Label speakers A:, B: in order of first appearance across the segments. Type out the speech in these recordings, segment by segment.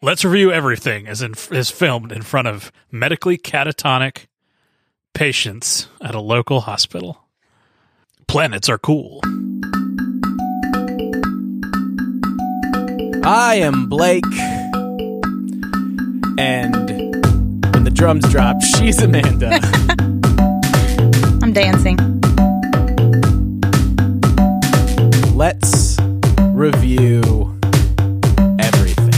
A: Let's review everything as in is filmed in front of medically catatonic patients at a local hospital. Planets are cool. Oh,
B: I am Blake. And when the drums drop, she's Amanda.
C: I'm dancing.
B: Let's review everything.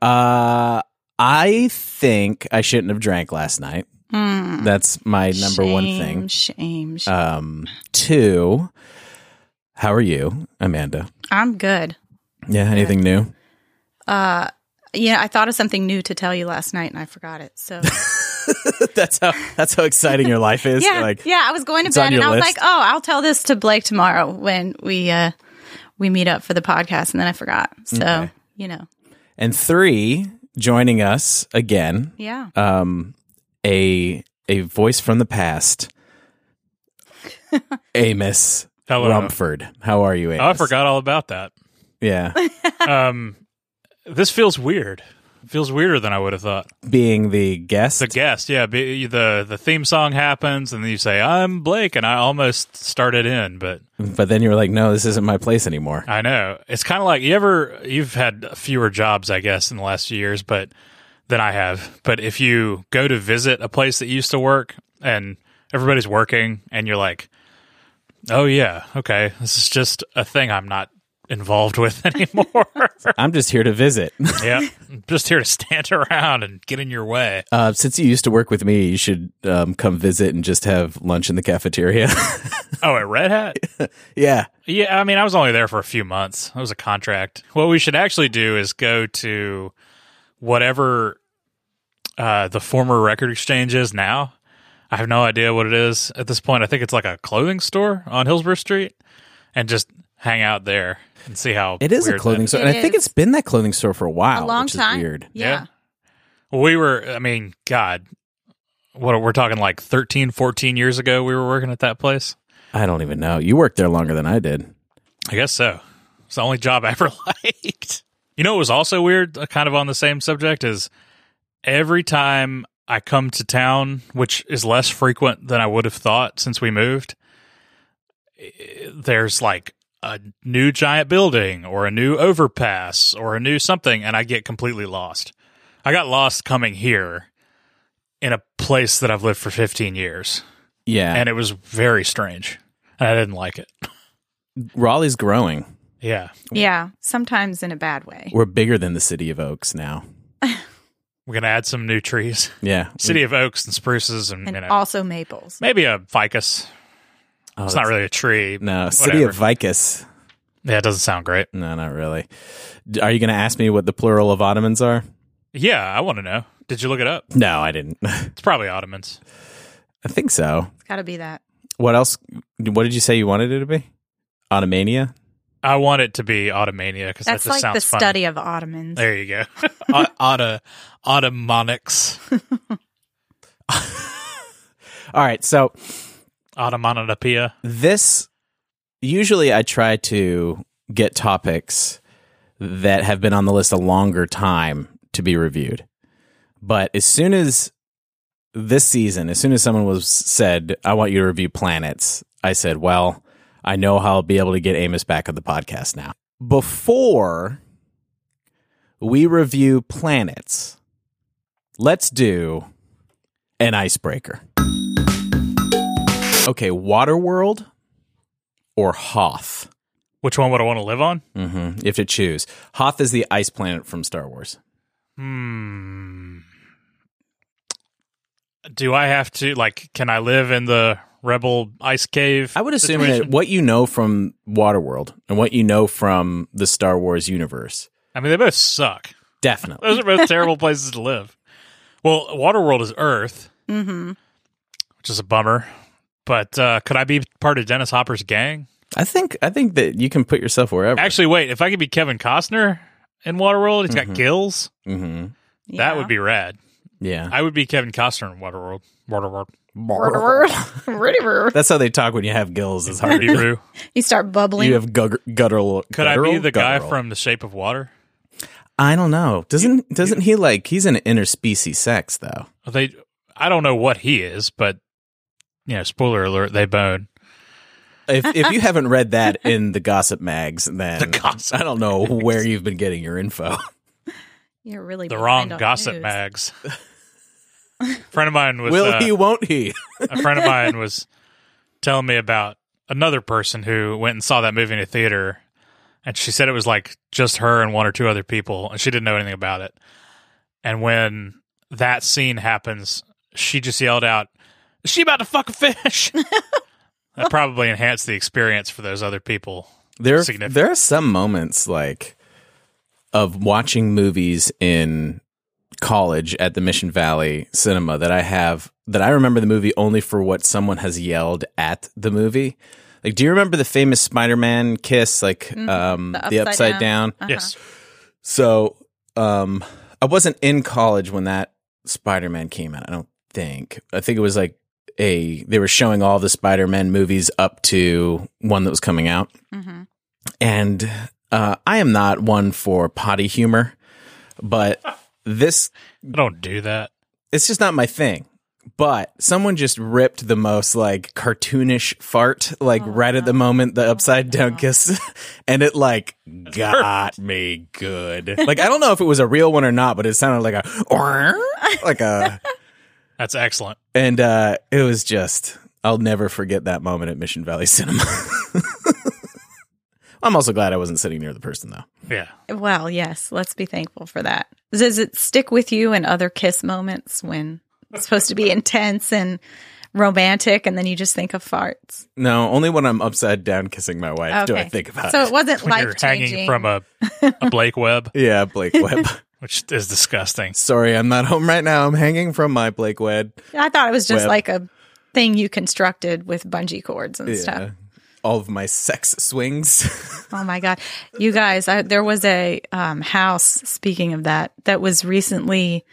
B: Uh, I think I shouldn't have drank last night.
C: Mm.
B: That's my number one
C: Shame,
B: thing.
C: Shame. shame.
B: Um, two, how are you, Amanda?
C: I'm good.
B: Yeah, anything new?
C: Uh, yeah, I thought of something new to tell you last night and I forgot it. So
B: that's how that's how exciting your life is.
C: yeah,
B: like
C: yeah. I was going to
B: it's on
C: bed and
B: your
C: I was
B: list.
C: like, oh, I'll tell this to Blake tomorrow when we uh we meet up for the podcast, and then I forgot. So
B: Okay.
C: you know,
B: and three, joining us again.
C: yeah.
B: um, a a voice from the past. Amos
A: Hello.
B: Rumford, how are you, Amos?
A: uh, Oh, I forgot all about that.
B: Yeah,
A: Um, this feels weird. It feels weirder than I would have thought.
B: being the guest.
A: The guest, yeah, be, the the theme song happens, and then you say, "I'm Blake," and I almost started in, but
B: but then you were like, "No, this isn't my place anymore."
A: I know it's kind of like you ever you've had fewer jobs, I guess, in the last few years, but than I have. But if you go to visit a place that you used to work and everybody's working, and you're like, "Oh yeah, okay, this is just a thing I'm not involved with anymore."
B: I'm just here to visit.
A: yeah, I'm just here to stand around and get in your way.
B: Uh, since you used to work with me, you should um, come visit and just have lunch in the cafeteria.
A: Oh, at Red Hat.
B: yeah,
A: Yeah, I mean, I was only there for a few months. That was a contract. What we should actually do is go to whatever uh, the former record exchange is now. I have no idea what it is at this point. I think it's like a clothing store on Hillsborough Street, and just hang out there and see how
B: it is a
A: weird that
B: clothing
A: is.
B: store,
C: It
B: and I think
C: is.
B: it's been that clothing store for a while.
C: a long
B: which is
C: time.
B: weird.
C: Yeah.
A: We were, I mean, God, what we're talking like 13, 14 years ago. We were working at that place.
B: I don't even know. You worked there longer than I did.
A: I guess so. It's the only job I ever liked. You know, it was also weird, uh, kind of on the same subject, is every time I come to town, which is less frequent than I would have thought since we moved, eh, there's like a new giant building or a new overpass or a new something, and I get completely lost. I got lost coming here in a place that I've lived for 15 years,
B: Yeah,
A: and it was very strange. And I didn't like it.
B: Raleigh's growing.
A: Yeah.
C: Yeah. Sometimes in a bad way.
B: We're bigger than the city of Oaks now.
A: We're gonna add some new trees.
B: Yeah.
A: City of oaks and spruces, and,
C: And
A: you know,
C: also maples.
A: maybe a ficus.
B: Oh,
A: It's not
B: that's-
A: really a tree.
B: No,
A: but
B: City of Vicus.
A: yeah, it doesn't sound great.
B: No, not really. D- Are you going to ask me what the plural of Ottomans are?
A: Yeah, I want to know. Did you look it up?
B: No, I didn't. I
A: It's probably Ottomans.
B: think so.
C: It's got to be that.
B: What else? What did you say you wanted it to be? Ottomania?
A: I want it to be Ottomania because that
C: That's
A: just
C: like the
A: sounds fun.
C: study of Ottomans.
A: There you go. O- Otta Ottomonics,
B: All right. So
A: Ottomonopia.
B: this, usually I try to get topics that have been on the list a longer time to be reviewed. But as soon as this season, as soon as someone was said, I want you to review planets, I said, well, I know how I'll be able to get Amos back on the podcast now. Before we review planets, let's do an icebreaker. Okay, Waterworld or Hoth?
A: Which one would I want to live on?
B: hmm You have to choose. Hoth is the ice planet from Star Wars.
A: Hmm. Do I have to like? Can I live in the rebel ice cave?
B: I would assume
A: situation?
B: that what you know from Waterworld and what you know from the Star Wars universe,
A: I mean, they both suck.
B: definitely.
A: Those are both terrible places to live. Well, Waterworld is Earth,
C: Mm-hmm.
A: which is a bummer. But uh, could I be part of Dennis Hopper's gang?
B: I think I think that you can put yourself wherever.
A: Actually, wait. If I could be Kevin Costner in Waterworld, he's
B: Mm-hmm.
A: got gills.
B: hmm
A: That would be rad.
B: Yeah,
A: I would be Kevin Costner in Waterworld. Waterworld.
C: be.
B: that's how they talk when you have gills. It's hard. to-
A: Roo.
C: you start bubbling.
B: you have gugger, guttural.
A: Could I be
B: guttural?
A: the guy
B: Guttural.
A: from The Shape of Water?
B: I don't know. Doesn't doesn't he like he's an interspecies sex though?
A: They, I don't know what he is, but you know, spoiler alert, they bone.
B: If if you haven't read that in the gossip mags, then
A: The gossip
B: I don't know
A: mags.
B: where you've been getting your info.
C: You're really
A: The wrong
C: behind on
A: gossip
C: news.
A: mags. friend of mine was
B: Will
A: uh,
B: he? Won't he?
A: a friend of mine was telling me about another person who went and saw that movie in a theater and she said it was like just her and one or two other people and she didn't know anything about it and when that scene happens she just yelled out is she about to fuck a fish that probably enhanced the experience for those other people
B: There
A: Significant.
B: there are some moments like of watching movies in college at the Mission Valley Cinema that I have that I remember the movie only for what someone has yelled at the movie. Like, do you remember the famous Spider-Man kiss? Like, um, the
C: the
B: upside,
C: upside
B: down.
C: down.
A: yes
B: So, um, I wasn't in college when that Spider Man came out. I don't think. I think it was like a they were showing all the Spider Man movies up to one that was coming out,
C: Mhm.
B: and uh, I am not one for potty humor, but this
A: i don't do that
B: it's just not my thing. But someone just ripped the most like cartoonish fart, like
C: Oh,
B: right at the moment, the upside down kiss, and it like got me good. Like I don't know if it was a real one or not, but it sounded like a like a,
A: that's excellent
B: and uh, it was just I'll never forget that moment at Mission Valley Cinema. I'm also glad I wasn't sitting near the person though.
A: yeah
C: Well, yes, let's be thankful for that. Does it stick with you in other kiss moments when it's supposed to be intense and romantic and then you just think of farts?
B: No, only when I'm upside down kissing my wife do I
C: Okay.
B: think about
C: So
B: it.
C: it wasn't
A: when you're
C: life
A: hanging
C: changing.
A: from a, a blake web
B: Yeah, Blake Webb.
A: which is disgusting
B: Sorry, I'm not home right now. I'm hanging from my Blake Wed.
C: I thought it was just
B: web.
C: like a thing you constructed with bungee cords and stuff.
B: Yeah. All of my sex swings.
C: Oh my god, you guys! I, there was a um, house. Speaking of that, that was recently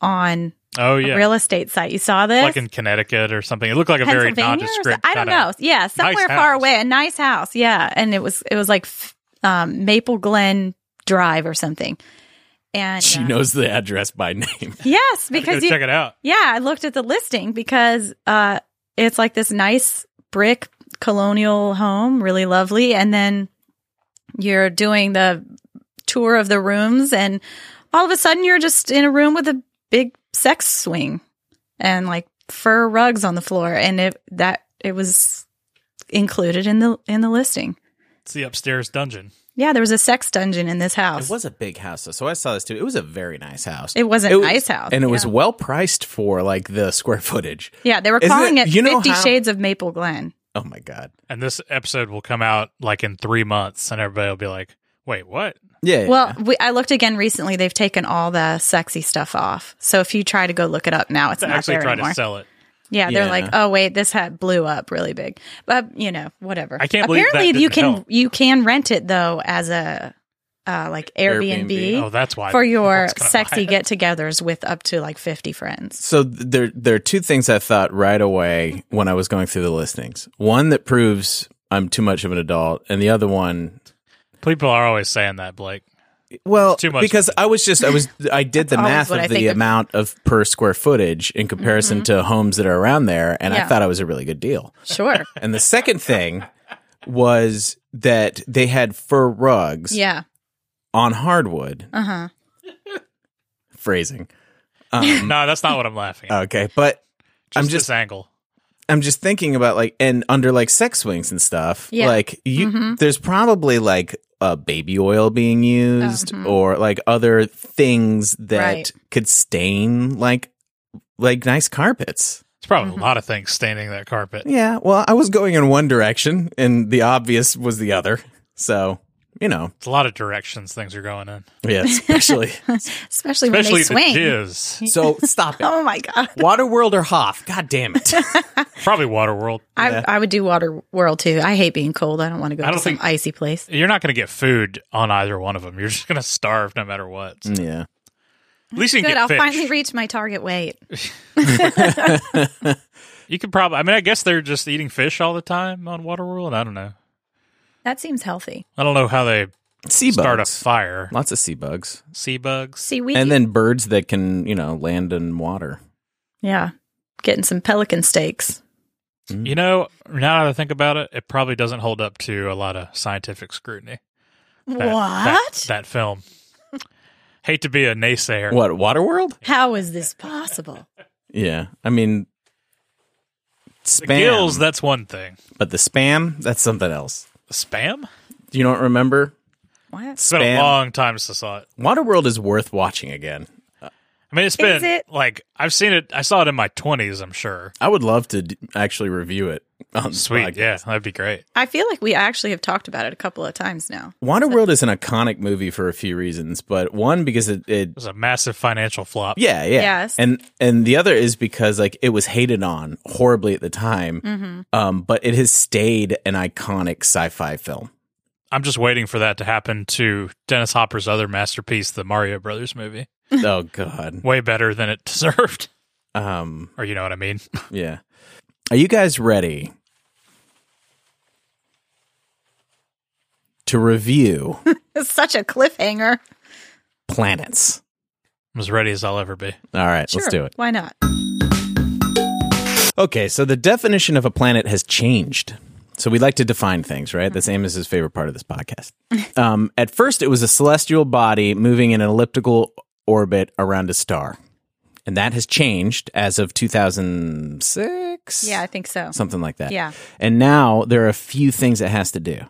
C: on
A: oh
C: a
A: yeah
C: real estate site. You saw this?
A: like in connecticut or something it looked like a very
C: Pennsylvania or so-
A: nondescript
C: I don't
A: kinda-
C: know. Yeah, somewhere far
A: house.
C: away, a nice house. Yeah, and it was it was like f- um, Maple Glen Drive or something. And
B: she
C: uh,
B: knows the address by name.
C: yes,
A: I gotta
C: because you,
A: check it out.
C: yeah, I looked at the listing because uh, it's like this nice brick colonial home, really lovely, and then you're doing the tour of the rooms, and all of a sudden you're just in a room with a big sex swing and like fur rugs on the floor, and it that it was included in the in the listing.
A: It's the upstairs dungeon.
C: Yeah, there was a sex dungeon in this house.
B: It was a big house, though, so I saw this too. It was a very nice house.
C: It was an
B: It was-
C: nice house,
B: and it was
C: Yeah.
B: well priced for like the square footage.
C: yeah. They were
B: Isn't
C: calling
B: it-
C: it,
B: you know
C: Fifty
B: how-
C: Shades of Maple Glen.
B: Oh my god!
A: And this episode will come out like in three months, and everybody will be like, "Wait, what?"
B: Yeah.
C: Well, we, I looked again recently. They've taken all the sexy stuff off. So if you try to go look it up now, it's
A: They
C: not
A: actually
C: there
A: try
C: anymore.
A: to sell it.
C: yeah, they're
B: Yeah.
C: like, oh wait, this hat blew up really big. But you know, whatever.
A: I can't believe that
C: Apparently, you
A: didn't
C: can
A: help.
C: you can rent it though as a uh, like Airbnb,
B: Airbnb.
A: Oh, that's why
C: for your
A: It's kinda
C: sexy
A: wild.
C: get-togethers with up to like fifty friends.
B: so th- there there are two things I thought right away when I was going through the listings. One that proves I'm too much of an adult, and the other one
A: People are always saying that, Blake.
B: Well,
A: Too much.
B: because I was just I was I did the
C: always
B: math
C: what
B: of
C: I
B: the
C: think of- Mm-hmm.
B: amount of per square footage in comparison to homes that are around there, and I
C: Yeah.
B: thought it was a really good deal.
C: Sure.
B: And the second thing was that they had fur rugs
C: yeah.
B: on hardwood
C: Uh huh.
B: phrasing. Um,
A: No, that's not what I'm laughing. At.
B: okay, but
A: just
B: Oh, I'm
A: this angle.
B: I'm just thinking about like and under like sex swings and stuff.
C: Yeah.
B: Like you
C: Mhm.
B: there's probably like uh, baby oil being used
C: Mhm.
B: or like other things that
C: Right.
B: could stain like like nice carpets.
A: It's probably
C: Mm-hmm.
A: a lot of things staining that carpet.
B: Yeah. Well, I was going in one direction and the obvious was the other. So, you know,
A: It's a lot of directions things are going in,
B: yeah, especially.
C: Especially,
A: especially the
C: when they swing.
A: jizz.
B: so stop it.
C: Oh my god.
B: Waterworld or Hoff? God damn it.
A: Probably Waterworld.
C: I, I would do Water World too. I hate being cold. I don't want to go
A: I
C: to
A: don't
C: some
A: think-
C: icy place.
A: You're not going to get food on either one of them. You're just going to starve no matter what.
B: yeah.
A: At least you can
C: Good.
A: get
C: I'll
A: fish.
C: finally reach my target weight.
A: you could probably. I mean, I guess they're just eating fish all the time on Waterworld. I don't know.
C: That seems healthy.
A: I don't know how they
B: sea
A: start a
B: bugs.
A: fire.
B: Lots of sea bugs.
A: Sea bugs.
C: See, we
B: And then birds that can, you know, land in water.
C: yeah, getting some pelican steaks.
B: Mm-hmm.
A: You know, now that I think about it, it probably doesn't hold up to a lot of scientific scrutiny.
C: What?
A: That- That, that film. Hate to be a naysayer.
B: What, Waterworld?
C: How is this possible?
B: Yeah. I mean,
A: The
B: spam.
A: gills, that's one thing.
B: but the spam, that's something else.
A: Spam?
B: You don't remember?
C: What?
A: It's been
B: Spam.
A: a long time since I saw it.
B: Waterworld is worth watching again.
A: I mean, it's been
C: it-
A: like I've seen it. I saw it in my twenties. I'm sure.
B: I would love to d- actually review it on the
A: Sweet,
B: podcast.
A: yeah, that'd be great.
C: I feel like we actually have talked about it a couple of times now.
B: Waterworld is an iconic movie for a few reasons, but one because it, it
A: It was a massive financial flop.
B: yeah, yeah.
C: Yes.
B: And and the other is because like it was hated on horribly at the time. Um but it has stayed an iconic sci-fi film.
A: I'm just waiting for that to happen to Dennis Hopper's other masterpiece, the Mario Brothers movie.
B: oh god.
A: Way better than it deserved,
B: Um
A: or you know what I mean.
B: yeah. Are you guys ready to review
C: It's such a cliffhanger.
B: planets?
A: I'm as ready as I'll ever be.
B: All right,
C: Sure,
B: let's do it.
C: Why not?
B: Okay, so the definition of a planet has changed. So we like to define things, right? That's
C: Mm-hmm.
B: Amos's favorite part of this podcast. Um, at first, it was a celestial body moving in an elliptical orbit around a star, and that has changed as of 2006.
C: Yeah, I think so.
B: something like that.
C: Yeah.
B: And now there are a few things it has to do: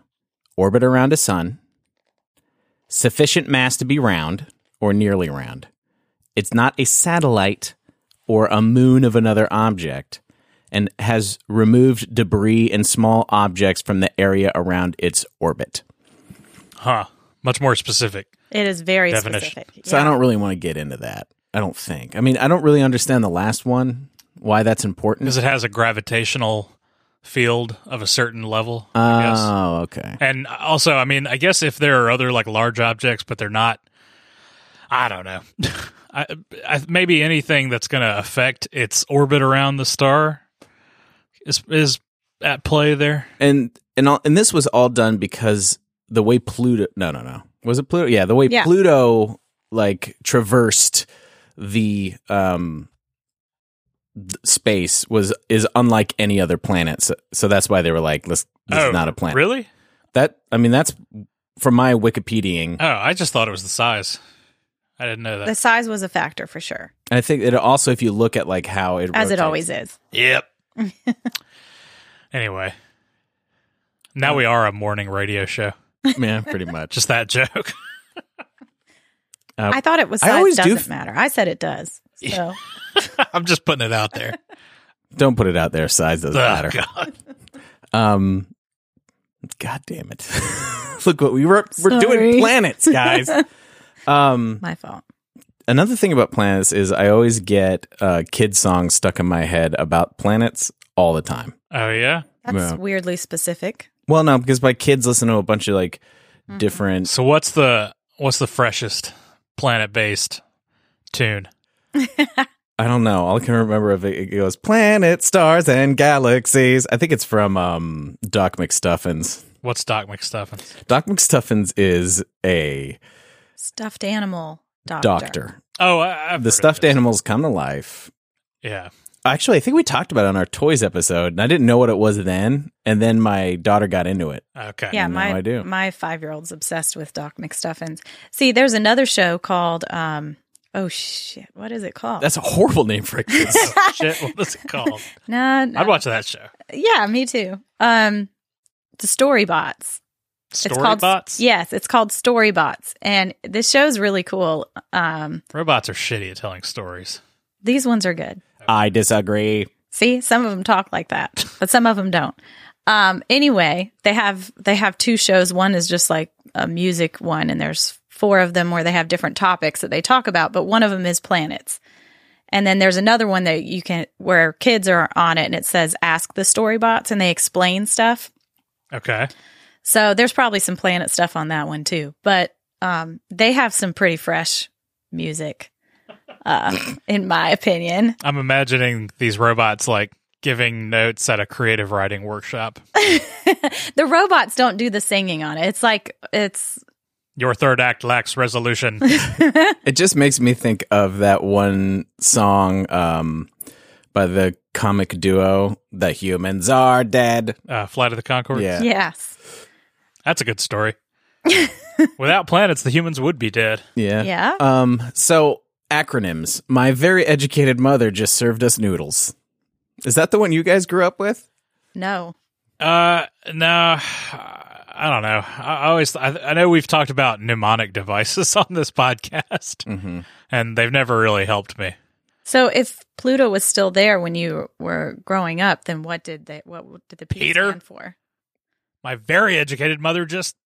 B: orbit around a sun, sufficient mass to be round or nearly round. It's not a satellite or a moon of another object and has removed debris and small objects from the area around its orbit.
A: Huh? Much more specific.
C: It is very
A: Definition.
C: specific.
B: So I don't really want to get into that. I don't think. I mean, I don't really understand the last one, why that's important.
A: because it has a gravitational field of a certain level. I guess.
B: Oh, okay.
A: And also, I mean, I guess if there are other like large objects, but they're not, I don't know. I, I, maybe anything that's going to affect its orbit around the star is is at play there.
B: and and all, and this was all done because the way Pluto no no no was it Pluto yeah the way
C: Yeah.
B: Pluto like traversed the um th- space was is unlike any other planet so, so that's why they were like this, this
A: oh,
B: is not a planet
A: Really?
B: that I mean that's from my Wikipediaing
A: Oh, I just thought it was the size. I didn't know that.
C: The size was a factor for sure,
B: and I think it also if you look at like how it
C: as it
B: rotates-
C: always is.
A: yep. anyway, now we are a morning radio show.
B: yeah pretty much
A: Just that joke.
C: I thought it was
B: I
C: size
B: always do
C: doesn't
B: f-
C: matter. I said it does. So
A: I'm just putting it out there.
B: don't put it out there size doesn't
A: Oh,
B: matter
A: God.
B: Um, God damn it! Look what we were we're doing
C: Sorry.
B: planets, guys. um,
C: my fault.
B: another thing about planets is I always get uh, kid songs stuck in my head about planets all the time.
A: Oh, yeah.
C: That's
B: Yeah.
C: weirdly specific.
B: Well, no, because my kids listen to a bunch of like different.
A: So what's the what's the freshest planet based tune?
B: I don't know. All I can remember of it, it goes planet, stars, and galaxies. I think it's from um, Doc McStuffins.
A: What's Doc McStuffins?
B: Doc McStuffins is a
C: Stuffed animal doctor.
B: doctor.
A: Oh, I, I've heard
B: The
A: of
B: stuffed
A: this.
B: animals come to life
A: Yeah,
B: Actually, I think we talked about it on our toys episode, and I didn't know what it was then. And then my daughter got into it.
A: okay.
C: Yeah,
B: now
C: my
B: I do.
C: my five year old's obsessed with Doc McStuffins. See, there's another show called um oh shit, what is it called?
B: That's a horrible name for a kid.
A: Shit, what was it called?
C: no, no.
A: I'd watch that show.
C: yeah, me too. Um the Storybots.
A: Story
C: called
A: bots.
C: Yes, it's called Storybots, and this show's really cool. Um,
A: Robots are shitty at telling stories.
C: these ones are good.
B: I disagree.
C: See, some of them talk like that, but some of them don't. Um, anyway, they have they have two shows. One is just like a music one, and there's four of them where they have different topics that they talk about. But one of them is planets, and then there's another one that you can where kids are on it, and it says "Ask the Storybots," and they explain stuff.
A: Okay.
C: So there's probably some planet stuff on that one too, but um, they have some pretty fresh music, uh, in my opinion.
A: I'm imagining these robots like giving notes at a creative writing workshop.
C: the robots don't do the singing on it. It's like it's
A: Your third act lacks resolution.
B: It just makes me think of that one song um, by the comic duo, The Humans Are Dead.
A: Uh, Flight of the Concord.
B: Yeah.
C: Yes.
A: That's a good story. Without planets, the humans would be dead.
B: Yeah.
C: Yeah.
B: Um, so, acronyms. My very educated mother just served us noodles. Is that the one you guys grew up with?
C: No.
A: Uh, no, I don't know. I I always, I, I know we've talked about mnemonic devices on this podcast,
B: Mm-hmm.
A: and they've never really helped me.
C: So if Pluto was still there when you were growing up, then what did they? What did the P
A: Peter?
C: stand for?
A: My very educated mother just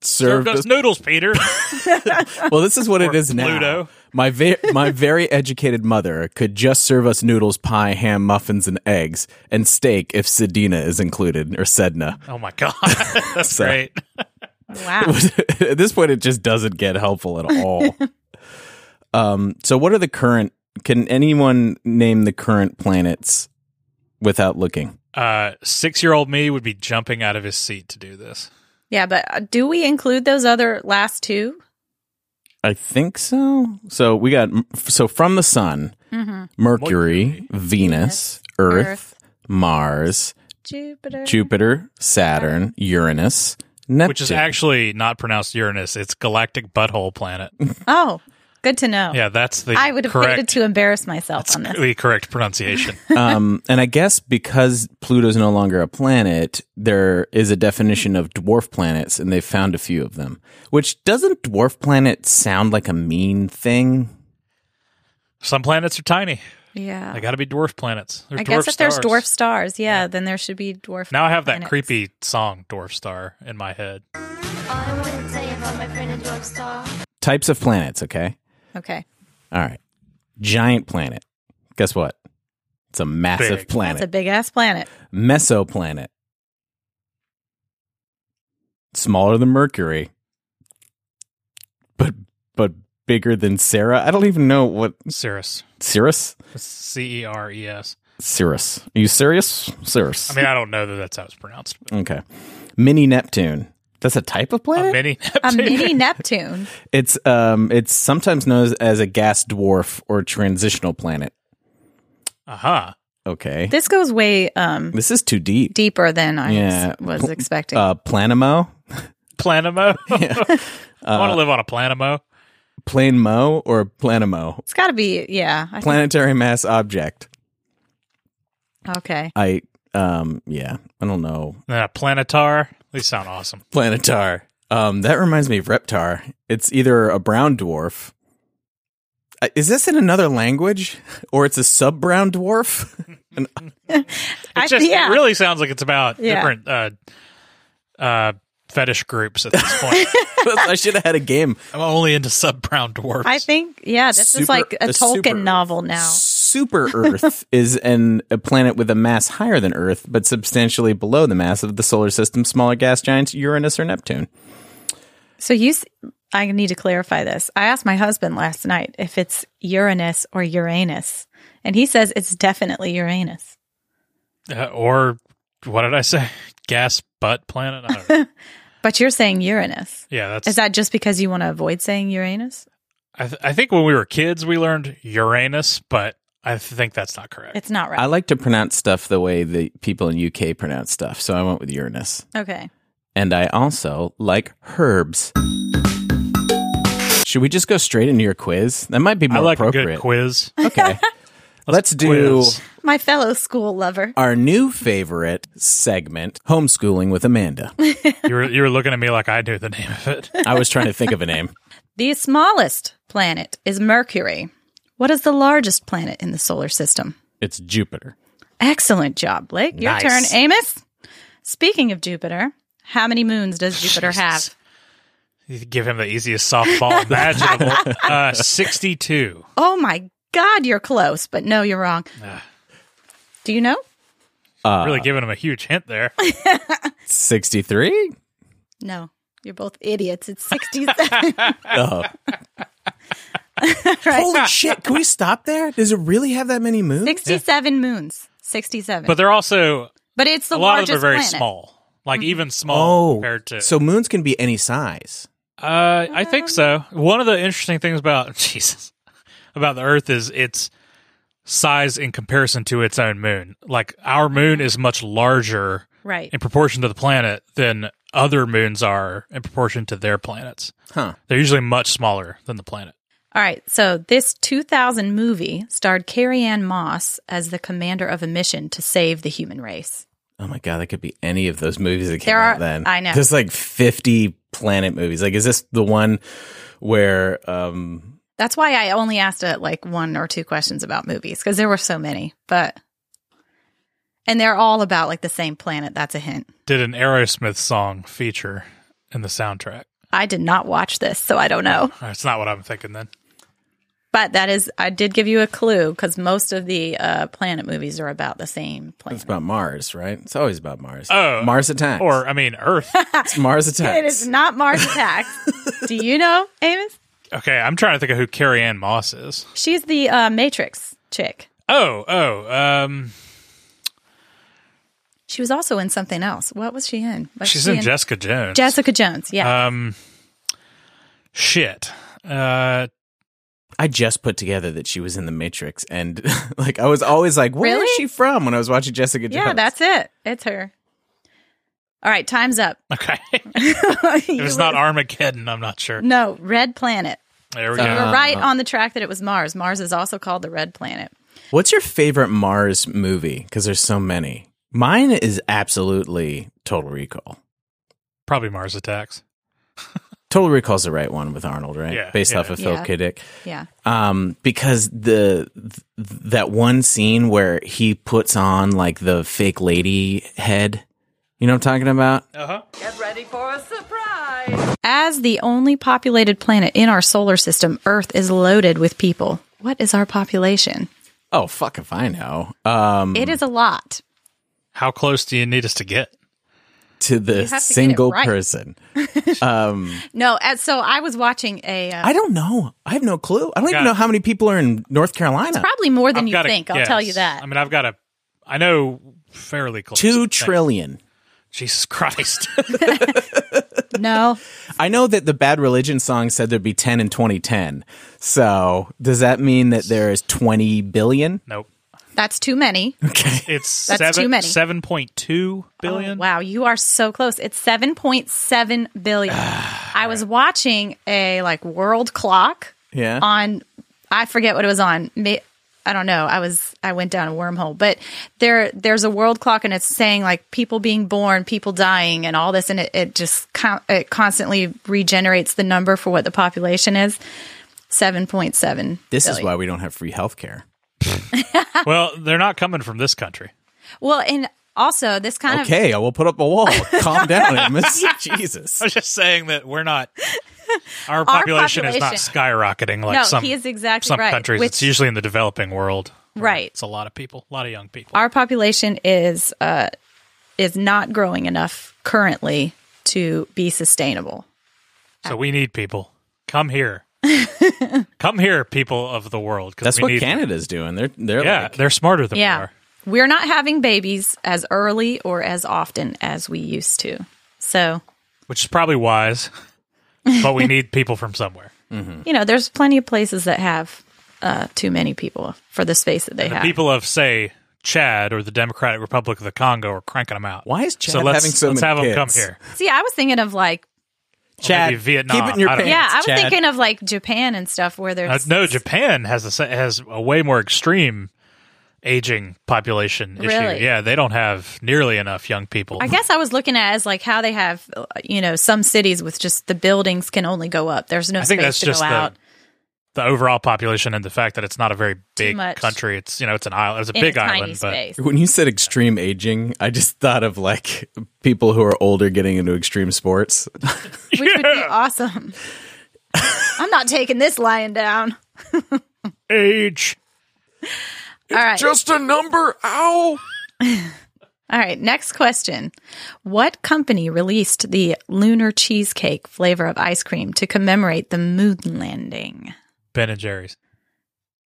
A: served,
B: Served,
A: us noodles, Peter.
B: us. Well, this is what it
A: Or
B: is now.
A: Pluto.
B: My ve- my very educated mother could just serve us noodles, pie, ham, muffins, and eggs, and steak if Sedina is included or Sedna.
A: Oh my god, that's
B: So-
A: great.
C: Wow.
B: At this point, it just doesn't get helpful at all. um, so, what are the current? Can anyone name the current planets without looking?
A: Uh, six-year-old me would be jumping out of his seat to do this.
C: yeah, but uh, do we include those other last 2
B: I think so. So we got so from the sun,
C: Mm-hmm.
B: Mercury, Venus, Earth,
C: Earth.
B: Mars,
C: Jupiter.
B: Jupiter, Saturn, Uranus, Neptune.
A: Which is actually not pronounced Uranus. It's galactic butthole planet.
C: Oh, good to know.
A: Yeah, that's the
C: I would have
A: correct,
C: hated to embarrass myself on this.
A: the correct pronunciation.
B: um, and I guess because Pluto's no longer a planet, there is a definition of dwarf planets, and they've found a few of them. Which doesn't dwarf planet sound like a mean thing?
A: Some planets are tiny.
C: Yeah.
A: They got to be dwarf planets. They're
C: Oh. I
A: dwarf
C: guess if there's
A: stars.
C: dwarf stars, yeah, then there should be dwarf.
A: Now I have that
C: planets.
A: creepy song Dwarf Star in my head.
D: All I wanna tell you about my friend and dwarf star.
B: Types of planets, okay?
C: Okay,
B: All right. Giant planet. Guess what? It's a massive
A: Big.
C: that's a
B: planet.
C: big ass planet.
B: Mesoplanet. Smaller than Mercury, but but bigger than Sarah. I don't even know what
A: Cirrus.
B: Cirrus.
A: C E R E S.
B: Cirrus. Are you serious? Cirrus.
A: I mean, I don't know that that's how it's pronounced. but
B: okay. Mini Neptune. That's a type of
A: A
B: planet.
A: mini
C: A
A: Neptune.
C: mini Neptune.
B: it's um it's sometimes known as a gas dwarf or transitional planet.
A: Uh huh.
B: Okay.
C: This goes way um
B: This is too deep.
C: deeper than I
B: Yeah.
C: was, was
B: Pl-
C: expecting.
B: Uh Planemo,
A: Planemo. I want to live on a Planemo.
B: Planemo or Planemo.
C: it's got to be yeah. I think-
B: Planetary mass object.
C: okay,
B: I um yeah, I don't know.
A: Uh, planetar. These sound awesome.
B: Planetar. Um that reminds me of Reptar. It's either a brown dwarf Uh, is this in another language or it's a sub brown dwarf?
C: I-
A: It just it
C: yeah.
A: really sounds like it's about
C: Yeah.
A: different uh, uh, fetish groups at this point.
B: I should have had a game.
A: I'm only into sub brown dwarfs.
C: I think yeah. This is
B: Super-
C: like a, Tolkien
B: super-
C: novel now.
B: Super Earth is an a planet with a mass higher than Earth, but substantially below the mass of the solar system's smaller gas giants Uranus or Neptune.
C: So you, s- I need to clarify this. I asked my husband last night if it's Uranus or Uranus, and he says it's definitely Uranus.
A: Uh, or what did I say? Gas butt planet. I don't know.
C: But you're saying Uranus.
A: yeah, that's.
C: Is that just because you want to avoid saying Uranus?
A: I, th- I think when we were kids we learned Uranus, but I think that's not correct.
C: It's not
B: I
C: right.
B: like to pronounce stuff the way the people in UK pronounce stuff, so I went with Uranus.
C: okay.
B: And I also like herbs. Should we just go straight into your quiz? That might be more
A: I like a
B: appropriate.
A: good quiz.
B: Okay. Let's do
A: quiz.
C: My fellow school lover.
B: our new favorite segment, homeschooling with Amanda.
A: you were you were looking at me like I knew the name of it.
B: I was trying to think of a name.
C: The smallest planet is Mercury. What is the largest planet in the solar system?
B: It's Jupiter.
C: Excellent job, Blake. Your
B: Nice.
C: turn, Amos. Speaking of Jupiter, how many moons does
A: Oh,
C: Jupiter have?
A: You give him the easiest softball imaginable. Uh, Sixty-two.
C: Oh my God, you're close, but no, you're wrong.
A: Ah.
C: Do you know?
A: really giving him a huge hint there.
B: 63?
C: No, you're both idiots. It's 67.
B: Oh. Holy shit. Can we stop there? Does it really have that many moons?
C: 67 moons. 67.
A: But they're also
C: But it's the
A: a lot of
C: largest
A: them are very
C: planet.
A: small, like even small
B: Oh.
A: compared to.
B: So moons can be any size.
A: Uh, I think so. One of the interesting things about Jesus about the Earth is its size in comparison to its own moon. Like our moon is much larger
C: Right.
A: in proportion to the planet than other moons are in proportion to their planets.
B: Huh.
A: They're usually much smaller than the planet.
C: All right. So this 2000 movie starred Carrie Ann Moss as the commander of a mission to save the human race.
B: Oh my god, that could be any of those movies that came
C: There
B: out
C: are-
B: then.
C: I know.
B: There's like 50 planet movies. Like is this the one where um
C: That's why I only asked uh like one or two questions about movies because there were so many. But and they're all about like the same planet. That's a hint.
A: Did an Aerosmith song feature in the soundtrack?
C: I did not watch this, so I don't know.
A: That's not what I'm thinking then.
C: But that is, I did give you a clue because most of the uh, planet movies are about the same
B: it's
C: planet.
B: about Mars, right? It's always about Mars.
A: Oh.
B: Mars Attacks.
A: Or I mean Earth.
B: it's Mars Attacks.
C: It is not Mars Attacks. Do you know, Amos?
A: okay, I'm trying to think of who Carrie Ann Moss is.
C: She's the uh, Matrix chick.
A: Oh, oh, um
C: She was also in something else. What was she in? Was
A: she's
C: she
A: in Jessica Jones.
C: Jessica Jones. Yeah.
A: Um, shit. Uh,
B: I just put together that she was in the Matrix and like I was always like, where is
C: Really?
B: she from when I was watching Jessica Jones?
C: yeah, that's it. It's her. All right, time's up.
A: okay. if
C: it
A: it's not Armageddon, I'm not sure.
C: No, Red Planet.
A: There we
C: You
A: go.
C: were right on the track that it was Mars. Mars is also called the Red Planet.
B: What's your favorite Mars movie? Because there's so many. Mine is absolutely Total Recall.
A: Probably Mars Attacks.
B: Total Recall's the right one with Arnold, right?
A: Yeah,
B: Based
A: yeah.
B: off of Phil
C: Yeah.
B: K. Dick.
C: Yeah.
B: Um, because the th- that one scene where he puts on like the fake lady head. You know what I'm talking about?
A: Uh huh.
E: Get ready for a surprise.
C: As the only populated planet in our solar system, Earth is loaded with people. What is our population?
B: Oh fuck if I know. Um,
C: It is a lot.
A: How close do you need us to get?
B: to the
C: have to get it
B: single
C: right.
B: person.
C: No, and so I was watching a uh,
B: I don't know. I have no clue. I don't even
A: Got it.
B: know how many people are in North Carolina.
C: probably more than
A: I've
C: you
A: gotta
C: think. I'll
A: guess.
C: tell you that.
A: I mean, I've got a. I know fairly close.
B: Two
A: Thank-
B: trillion.
A: Jesus Christ.
C: no,
B: I know that the Bad Religion song said there'd be ten in 2010. So does that mean that there is 20 billion?
A: nope.
C: that's too many.
B: Okay.
A: It's
C: That's
A: seven,
C: too many.
A: 7.2 billion.
C: Oh, wow, you are so close. It's 7.7 billion. I was watching a like world clock
B: Yeah.
C: on I forget what it was on. Ma- I don't know. I was I went down a wormhole, but there there's a world clock and it's saying like people being born, people dying, and all this, and it, it just con- it constantly regenerates the number for what the population is. Seven point seven.
B: This is why we don't have free healthcare.
A: Well, they're not coming from this country.
C: Well, and also this kind of
B: Okay, I will put up a wall. Calm down, Amos. Jesus.
A: I was just saying that we're not. Our
C: Our
A: population, is not
C: population-
A: skyrocketing like
C: No,
A: some,
C: he is exactly
A: some
C: right,
A: countries.
C: which-
A: it's usually in the developing world.
C: right.
A: It's a lot of people, a lot of young people.
C: our population is uh, is not growing enough currently to be sustainable.
A: So we need people. Come here. Come here, people of the world. 'cause
B: That's
A: we
B: what
A: need-
B: Canada's doing. They're they're
A: Yeah,
B: like
A: they're smarter than we
C: Yeah.
A: are.
C: We're not having babies as early or as often as we used to. So,
A: Which is probably wise. but we need people from somewhere.
C: you know, there's plenty of places that have uh, too many people for the space that they
A: The
C: have.
A: people of, say, Chad or the Democratic Republic of the Congo are cranking them out.
B: Why is
A: so
B: Chad
A: let's,
B: having so
A: let's
B: many
A: have them come
B: kids?
A: here.
C: See, I was thinking of like,
A: maybe Vietnam.
B: Keep it in your
A: I don't
B: pants.
A: know.
C: yeah, I was
B: Chad.
C: thinking of like Japan and stuff where
A: Uh,
C: there's
A: no, Japan has a, se- has a way more extreme aging population issue.
C: Really?
A: Yeah, they don't have nearly enough young people.
C: I guess I was looking at it as like how they have, uh, you know, some cities with just the buildings can only go up. There's no
A: I think
C: space
A: that's
C: to
A: just
C: go out.
A: the, the overall population and the fact that it's not a very big
C: much.
A: country. It's you know it's an island. It's a
C: in
A: big
C: a tiny
A: island, but
C: space.
B: When you said extreme aging, I just thought of like people who are older getting into extreme sports.
C: which would be awesome. I'm not taking this lying down.
A: age.
C: All right.
B: Just a number, ow.
C: All right. Next question. What company released the lunar cheesecake flavor of ice cream to commemorate the moon landing?
A: Ben and Jerry's.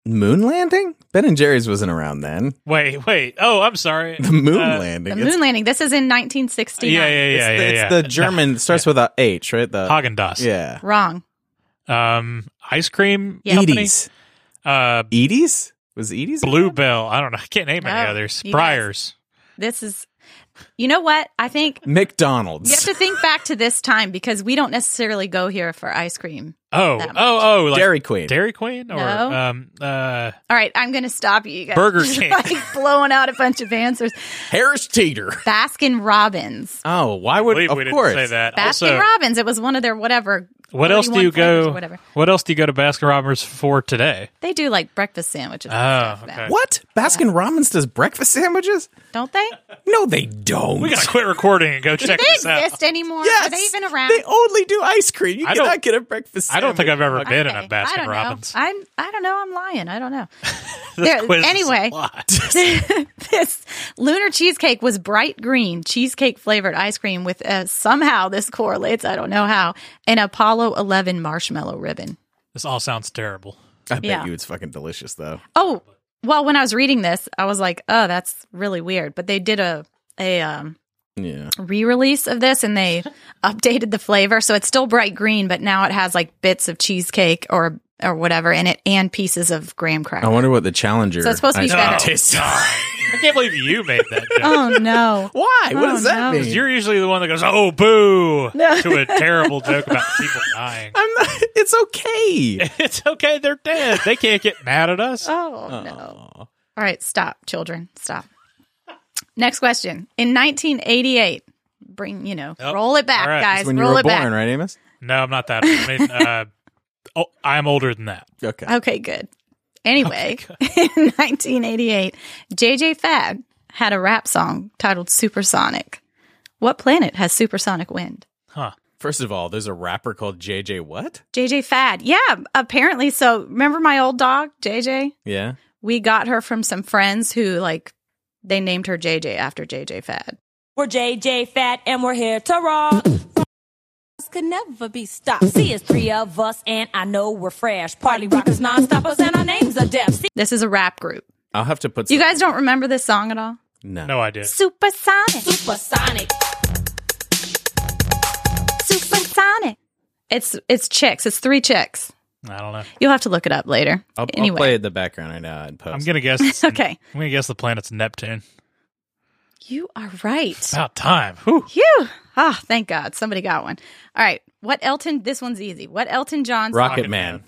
B: moon landing? Ben and Jerry's wasn't around then.
A: Wait, wait. Oh, I'm sorry.
B: The moon
A: Uh,
B: landing.
C: The
B: It's-
C: moon landing. This is in 1969.
A: Yeah, yeah, yeah,
B: it's,
A: yeah.
B: it's
A: yeah.
B: the German. it starts with a H, right? The
A: Hagen Dazs.
B: yeah.
C: Wrong.
A: Um, ice cream.
C: Yeah.
A: company?
B: Edie's.
A: Uh,
B: Edie's was Edie's
A: Bluebell. I don't know. I can't name any
C: No,
A: others.
C: Oh, you guys-
A: Briars.
C: This is. You know what? I think
B: McDonald's.
C: you have to think back to this time because we don't necessarily go here for ice cream.
A: Oh,
C: That much.
A: oh, oh. Like Dairy,
B: Dairy Queen.
A: Queen or
C: No.
A: um uh
C: All right, I'm going to stop you. you guys
A: Burger
C: are just,
A: King.
C: like blowing out a bunch of answers.
B: Harris Teeter.
C: Baskin Robbins.
B: Oh, why would
A: believe
B: of
A: we didn't
B: course
A: say that.
C: Baskin
A: also,
C: Robbins. It was one of their whatever.
A: what else do
C: 41
A: you
C: flavors
A: go?
C: or Whatever.
A: What else do you go to Baskin Robbins for today?
C: They do like breakfast sandwiches. and
A: Oh,
C: stuff now,
A: okay.
B: What? Baskin Robbins does breakfast sandwiches?
C: Don't they?
B: No, they don't.
A: We gotta quit recording and go check
C: They
A: this out.
C: exist anymore?
B: Yes,
C: Are they even around?
B: They only do ice cream. You
A: I don't-
B: cannot get a breakfast.
A: I don't think I've ever been in
C: Okay,
A: a
C: I
A: Baskin
C: don't know.
A: Robbins.
C: I'm. I don't know. I'm lying. I don't know.
A: This
C: There-
A: quiz is a
C: anyway.
A: lot.
C: this lunar cheesecake was bright green cheesecake flavored ice cream with uh, somehow this correlates. I don't know how an Apollo 11 marshmallow ribbon.
A: this all sounds terrible.
B: I bet
C: Yeah.
B: you it's fucking delicious though.
C: Oh, well, when I was reading this, I was like, oh, that's really weird. But they did a a um,
B: Yeah.
C: re-release of this and they updated the flavor, so it's still bright green, but now it has like bits of cheesecake or or whatever in it and pieces of graham
B: I
C: cracker.
B: wonder what the challenger.
C: So it's supposed to
B: ice
C: be
B: cream
C: better.
B: tastes like.
A: I can't believe you made that joke.
C: Oh no.
B: Why? What
C: Oh,
B: does that
C: no.
B: mean?
A: You're usually the one that goes, "Oh, boo!" to a terrible joke about people dying.
B: I'm not, it's okay.
A: It's okay, they're dead. They can't get mad at us.
C: Oh, no. All right, stop, children. Stop. Next question. In 1988, bring, you know,
A: Oh,
C: roll it back,
A: all right.
C: guys.
B: It's when you
C: roll
B: were
C: it
B: born,
C: back.
B: right, Amos?
A: No, I'm not that. I mean, uh, oh, I'm older than that.
B: Okay.
C: Okay, good. Anyway, in 1988, JJ Fad had a rap song titled Supersonic. What planet has supersonic wind?
A: Huh.
B: First of all, there's a rapper called JJ. What?
C: JJ Fad. Yeah, apparently. So remember my old dog, JJ?
B: Yeah.
C: We got her from some friends who, like, they named her JJ after JJ Fad.
F: We're JJ Fat and we're here to rock. Could never be stopped. See, it's three of us, and I know we're fresh. Party rockers, non-stoppers, and our names are def. See,
C: This is a rap group.
B: I'll have to put.
C: You
B: some-
C: guys don't remember this song at all?
B: No.
A: No idea.
C: Supersonic,
F: supersonic.
C: supersonic. It's it's chicks. It's three chicks.
A: I don't know.
C: You'll have to look it up later.
B: I'll,
C: anyway,
B: I'll play it in the background right now and post.
A: I'm gonna guess. it's-
C: Okay.
A: I'm gonna guess the planet's Neptune.
C: you are right.
A: About time. Whew.
C: Phew. Ah, thank God somebody got one. All right. What Elton? This one's easy. What Elton John? song-
B: Rocket
A: Rocket
B: Man.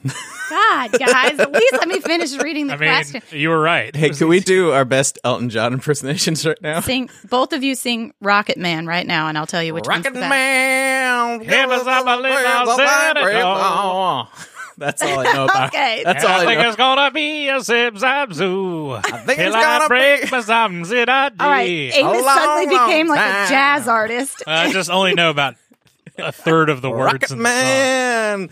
C: God, guys, at least let me finish reading the
A: I mean,
C: question.
A: you were right.
B: hey, can we do our best Elton John impersonations right now?
C: Sing both of you sing Rocket Man right now, and I'll tell you which one's the best.
B: Man.
A: Give us up a little Xanadu.
B: That's all I know about.
C: Okay.
B: That's
A: I
B: all I
A: think
B: know.
A: it's gonna be a zip zap zoo. I
B: think
A: Till
B: it's
A: I
B: gonna
A: break
B: be-
A: my something zit I
C: All right.
A: did.
C: Amos
B: long,
C: suddenly became like
B: long
C: a
B: time.
C: jazz artist.
A: I just only know about a third of the words
B: Rocket
A: in the
B: Man.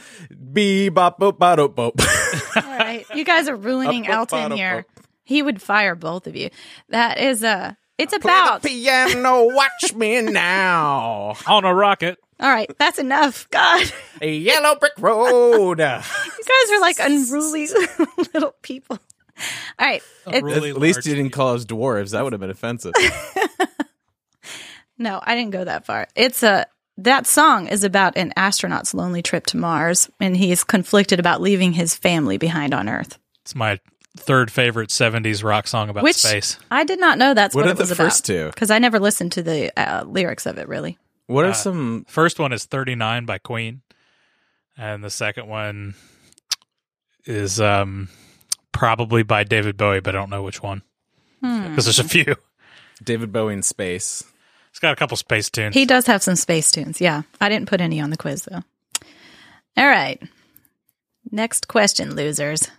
B: Bee bop boop ba doop boop.
C: All right. You guys are ruining
B: Up, up,
C: Elton
B: up,
C: here.
B: up.
C: He would fire both of you. That is a. It's
B: Play the
C: about.
B: piano. Watch me now.
A: song. On a rocket.
C: All right. That's enough. God. You
B: A yellow brick road.
C: guys are like unruly little people. All right. It-
A: Unruly. Really
B: At least
A: large
B: you didn't call us dwarves. That would have been offensive.
C: no, I didn't go that far. It's a. That song is about an astronaut's lonely trip to Mars, and he's conflicted about leaving his family behind on Earth.
A: It's my third favorite '70s rock song about
C: Which
A: space.
C: I did not know that's
B: What are
C: what, it
B: the
C: was
B: first two?
C: about. Because I never listened to the uh, lyrics of it, really.
B: What
A: Uh,
B: are some?
A: First one is 39 by Queen. And the second one is um probably by David Bowie, but I don't know which one. Because
C: Hmm.
A: there's a few.
B: David Bowie in space.
A: It's got a couple space tunes.
C: He does have some space tunes. Yeah. I didn't put any on the quiz, though. All right. Next question, losers.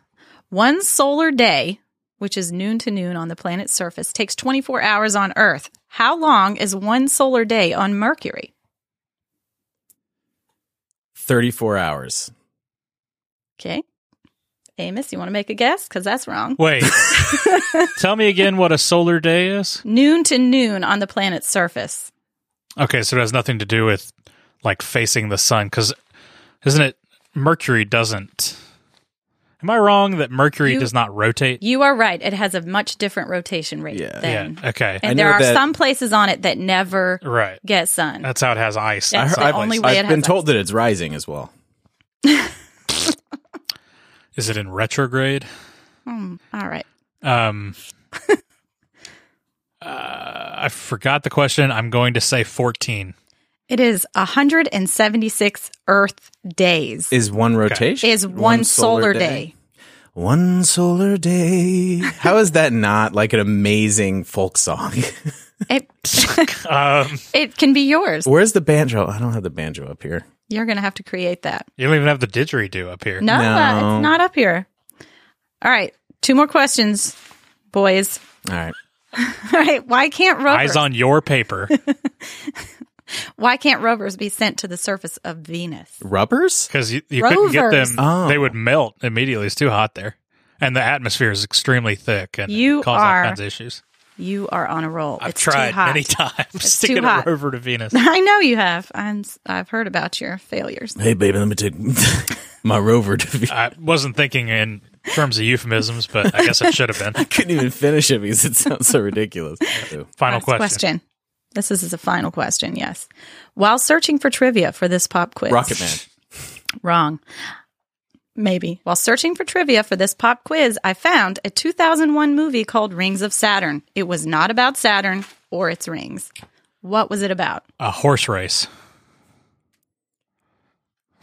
C: One solar day, which is noon to noon on the planet's surface, takes 24 hours on Earth. How long is one solar day on Mercury?
B: Thirty-four hours.
C: Okay. Amos, you want to make a guess? Because that's wrong.
A: Wait. Tell me again what a solar day is.
C: Noon to noon on the planet's surface.
A: Okay, so it has nothing to do with like facing the sun because isn't it Mercury doesn't Am I wrong that Mercury
C: You-
A: does not rotate?
C: You are right. It has a much different rotation rate
B: Yeah.
A: yeah.
C: than.
A: Okay.
B: I
C: And
B: know
C: there are
B: that-
C: some places on it that never
A: right.
C: get sun.
A: That's how it has ice.
C: Yeah.
A: That's
C: It's the
A: that
C: only
A: place.
C: way it
B: I've been
C: has
B: told that it's rising as well.
A: Is it in retrograde?
C: All right.
A: Um, uh, I forgot the question. I'm going to say 14.
C: It is 176 Earth days.
B: Is one rotation?
C: is one, solar, day.
B: One solar day. How is that not like an amazing folk song?
C: It,
A: Um,
C: it can be yours.
B: Where's the banjo? I don't have the banjo up here.
C: You're going to have to create that.
A: you don't even have the didgeridoo up here.
C: No, uh,
B: No.
C: it's not up here. All right. Two more questions, boys.
B: All right.
C: All right. Why can't rovers?
A: Eyes on your paper
C: Why can't rovers be sent to the surface of Venus?
B: Rubbers?
A: because you, you couldn't get
C: Rovers.
A: them.
B: Oh.
A: They would melt immediately. It's too hot there. And the atmosphere is extremely thick and
C: You
A: it causes
C: are-
A: all kinds of issues.
C: You are on a roll.
A: I've
C: it's
A: tried
C: too hot.
A: many times to
C: too
A: get
C: hot.
A: a rover to Venus.
C: I know you have. I'm. s- I've heard about your failures.
B: Hey, baby, let me take my rover to be.
A: I wasn't thinking in terms of euphemisms, but I guess it should have been.
B: couldn't even finish it because it sounds so ridiculous.
A: Final
C: Last
A: question.
C: This is, is a final question. Yes. While searching for trivia for this pop quiz,
B: Rocket Man.
C: Wrong. Maybe. While searching for trivia for this pop quiz, I found a 2001 movie called Rings of Saturn. It was not about Saturn or its rings. What was it about?
A: A horse race.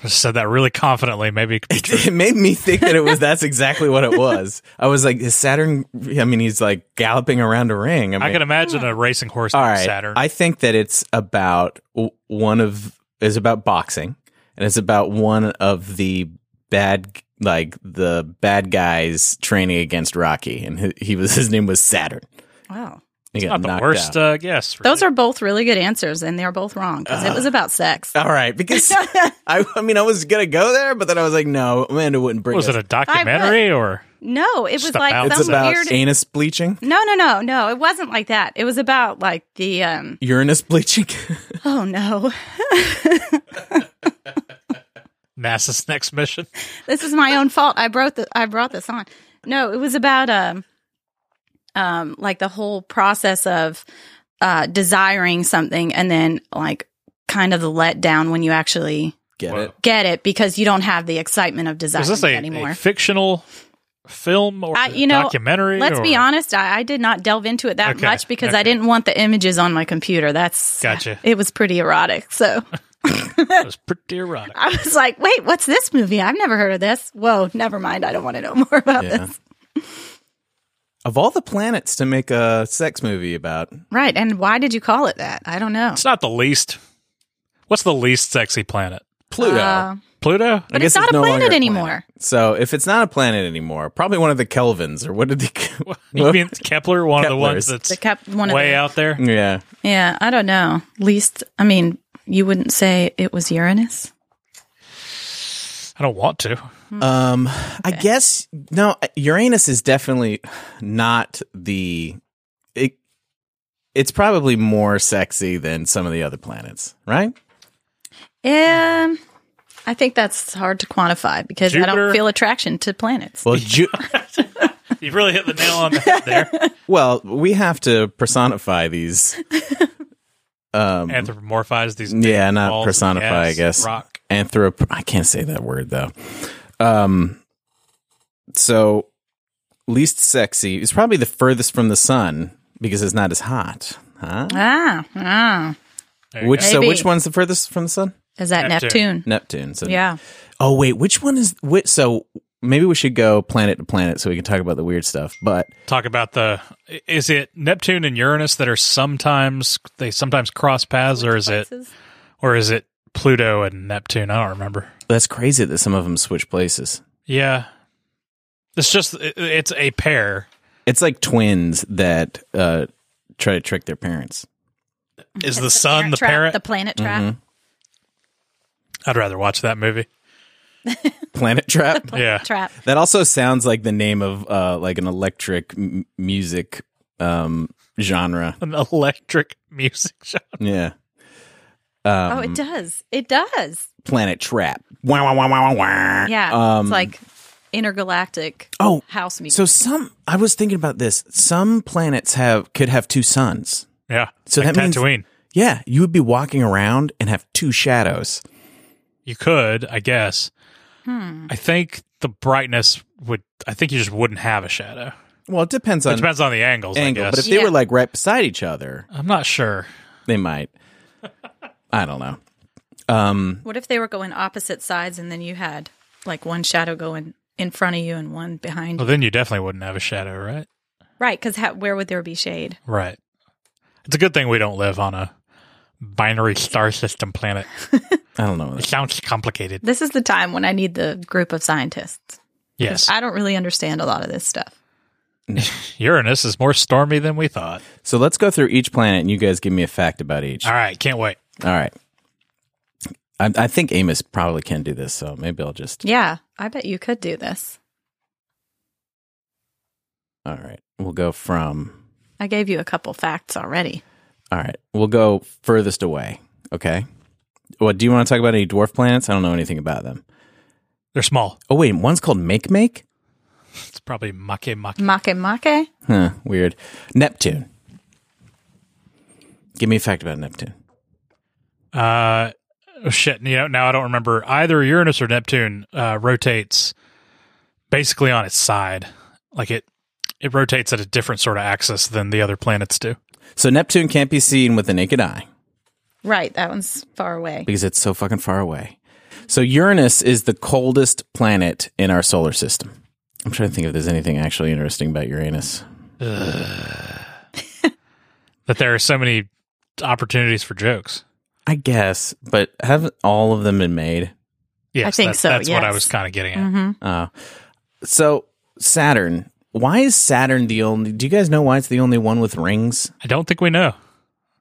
A: I said that really confidently. Maybe it could be true.
B: It made me think that it was that's exactly what it was. I was like, is Saturn? I mean, he's like galloping around a ring. I, mean,
A: I can imagine a racing horse
B: all
A: named
B: right.
A: Saturn.
B: I think that it's about w- one of is about boxing, and it's about one of the bad like the bad guys training against Rocky, and he, he was his name was Saturn.
C: Wow.
B: He got
A: Not the
B: knocked
A: worst
B: out.
A: uh, guess.
C: Those are both really good answers, and they're both wrong because it was about sex.
B: all right, because I, I mean, I was gonna go there, but then I was like, no, Amanda wouldn't bring
A: was
B: us.
A: it a documentary or
C: No, it was
A: Stop out.
C: like
B: it's
C: some
B: about
C: weird.
B: anus bleaching,
C: no, no, no, no. It wasn't like that. It was about like the um.
B: Uranus bleaching.
C: Oh no,
A: NASA's next mission?
C: this is my own fault. I brought the I brought this on. No, it was about um um like the whole process of uh desiring something and then like kind of the letdown when you actually
B: Get
A: Whoa.
B: it?
C: get it because you don't have the excitement of desire
A: Is this a,
C: anymore.
A: a fictional film or
C: I-
A: a
C: you know,
A: documentary?
C: Let's be
A: or-
C: honest, I, I did not delve into it that
A: Okay,
C: much because I
A: okay.
C: didn't want the images on my computer. That's
A: Gotcha.
C: It was pretty erotic. So
A: It was pretty erotic.
C: I was like, wait, what's this movie? I've never heard of this. Whoa, never mind. I don't want to know more about
B: Yeah.
C: this.
B: Of all the planets to make a sex movie about,
C: Right. And why did you call it that? I don't know.
A: It's not the least. What's the least sexy planet?
B: Pluto.
C: Uh,
A: Pluto?
C: but it's not a
B: no
C: planet
B: longer
C: anymore.
B: So if it's not a planet anymore, probably one of the Kelvins or what did the
A: You mean Kepler, one of the
B: Kepler's.
A: ones that's
C: The cap- one of
A: way
C: the-
A: out there?
B: yeah.
C: Yeah, I don't know. Least, I mean, you wouldn't say it was Uranus.
A: I don't want to.
B: Um, I guess no. Uranus is definitely not the. It, it's probably more sexy than some of the other planets, right?
C: Um, I think that's hard to quantify because I
A: Jupiter?
C: don't feel attraction to planets.
B: Well, Ju-
A: You really hit the nail on the head there.
B: well, we have to personify these. Um,
A: Anthropomorphize these. big
B: yeah, not
A: balls of
B: personify. I
A: gas,
B: guess
A: Rock.
B: anthrop I can't say that word though. Um so least sexy is probably the furthest from the sun because it's not as hot. Huh?
C: Ah, ah.
A: There you
B: Which
A: go.
B: so
C: Maybe.
B: which one's the furthest from the sun?
C: Is that
A: Neptune.
C: Neptune?
B: Neptune. So
C: Yeah.
B: Oh wait, which one is which so maybe we should go planet to planet so we can talk about the weird stuff. But
A: talk about the is it Neptune and Uranus that are sometimes they sometimes cross paths or is it or is it Pluto and Neptune? I don't remember.
B: that's crazy that some of them switch places.
A: Yeah. It's just it- it's a pair.
B: It's like twins that uh try to trick their parents.
A: Is the sun the
C: trap,
A: parent?
C: The planet trap.
A: I'd rather watch that movie.
B: Planet trap.
A: Yeah.
C: Trap.
B: That also sounds like the name of uh, like an electric m- music um, genre.
A: An electric music show.
B: Yeah,
C: oh, it does. It does.
B: Planet Trap. Wah, wah, wah, wah, wah, wah.
C: Yeah.
B: Um,
C: it's like intergalactic
B: Oh,
C: house music.
B: so some I was thinking about this. Some planets have could have two suns.
A: Yeah.
B: So
A: like
B: that means-
A: Tatooine.
B: Yeah, you would be walking around and have two shadows.
A: You could, I guess.
C: Hmm.
A: I think the brightness would. I think you just wouldn't have a shadow.
B: Well, it depends on
A: It depends on the angles.
B: angle,
A: I
B: but if
A: guess.
B: they
C: Yeah.
B: were like right beside each other,
A: I'm not sure.
B: they might. I don't know.
C: what if they were going opposite sides and then you had like one shadow going in front of you and one behind
A: Well,
C: you?
A: then you definitely wouldn't have a shadow, right?
C: Right, because ha- where would there be shade?
A: Right. It's a good thing we don't live on a binary star system planet.
B: I don't know.
A: It sounds complicated.
C: This is the time when I need the group of scientists.
A: Yes.
C: I don't really understand a lot of this stuff.
A: Uranus is more stormy than we thought.
B: So let's go through each planet, and you guys give me a fact about each.
A: All right. Can't wait.
B: All right. I, I think Amos probably can do this, so maybe I'll just.
C: Yeah, I bet you could do this.
B: All right. We'll go from.
C: I gave you a couple facts already.
B: All right. We'll go furthest away. Okay. Well, do you want to talk about any dwarf planets? I don't know anything about them.
A: They're small.
B: Oh, wait. One's called Make Make?
A: It's probably Make Make.
C: Make make.
B: Huh. Weird. Neptune. Give me a fact about Neptune.
A: Uh, oh shit. You know, now I don't remember either Uranus or Neptune uh, rotates basically on its side. Like it, it rotates at a different sort of axis than the other planets do.
B: So, Neptune can't be seen with the naked eye
C: Right, that one's far away.
B: because it's so fucking far away. So, Uranus is the coldest planet in our solar system. I'm trying to think if there's anything actually interesting about Uranus.
A: That there are so many opportunities for jokes.
B: I guess, but haven't all of them been made?
A: Yes,
C: think
A: that's,
C: so,
A: That's what I
C: yes. Mm-hmm.
A: was kind of getting at.
B: So Saturn. Why is Saturn the only? Do you guys know why it's the only one with rings?
A: I don't think we know.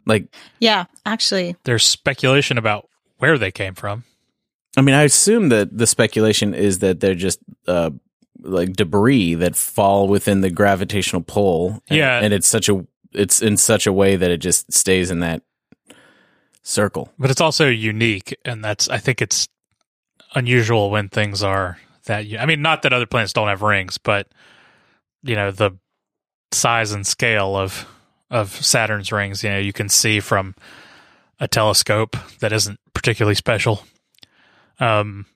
B: Like,
C: Yeah, actually,
A: There's speculation about where they came from.
B: I mean, I assume that the speculation is that they're just uh, like debris that fall within the gravitational pull. And,
A: Yeah.
B: and it's such a it's in such a way that it just stays in that circle.
A: But it's also unique, and that's I think it's unusual when things are that. u- I mean, not that other planets don't have rings, but you know the size and scale of of Saturn's rings. You know, you can see from a telescope that isn't particularly special. Um,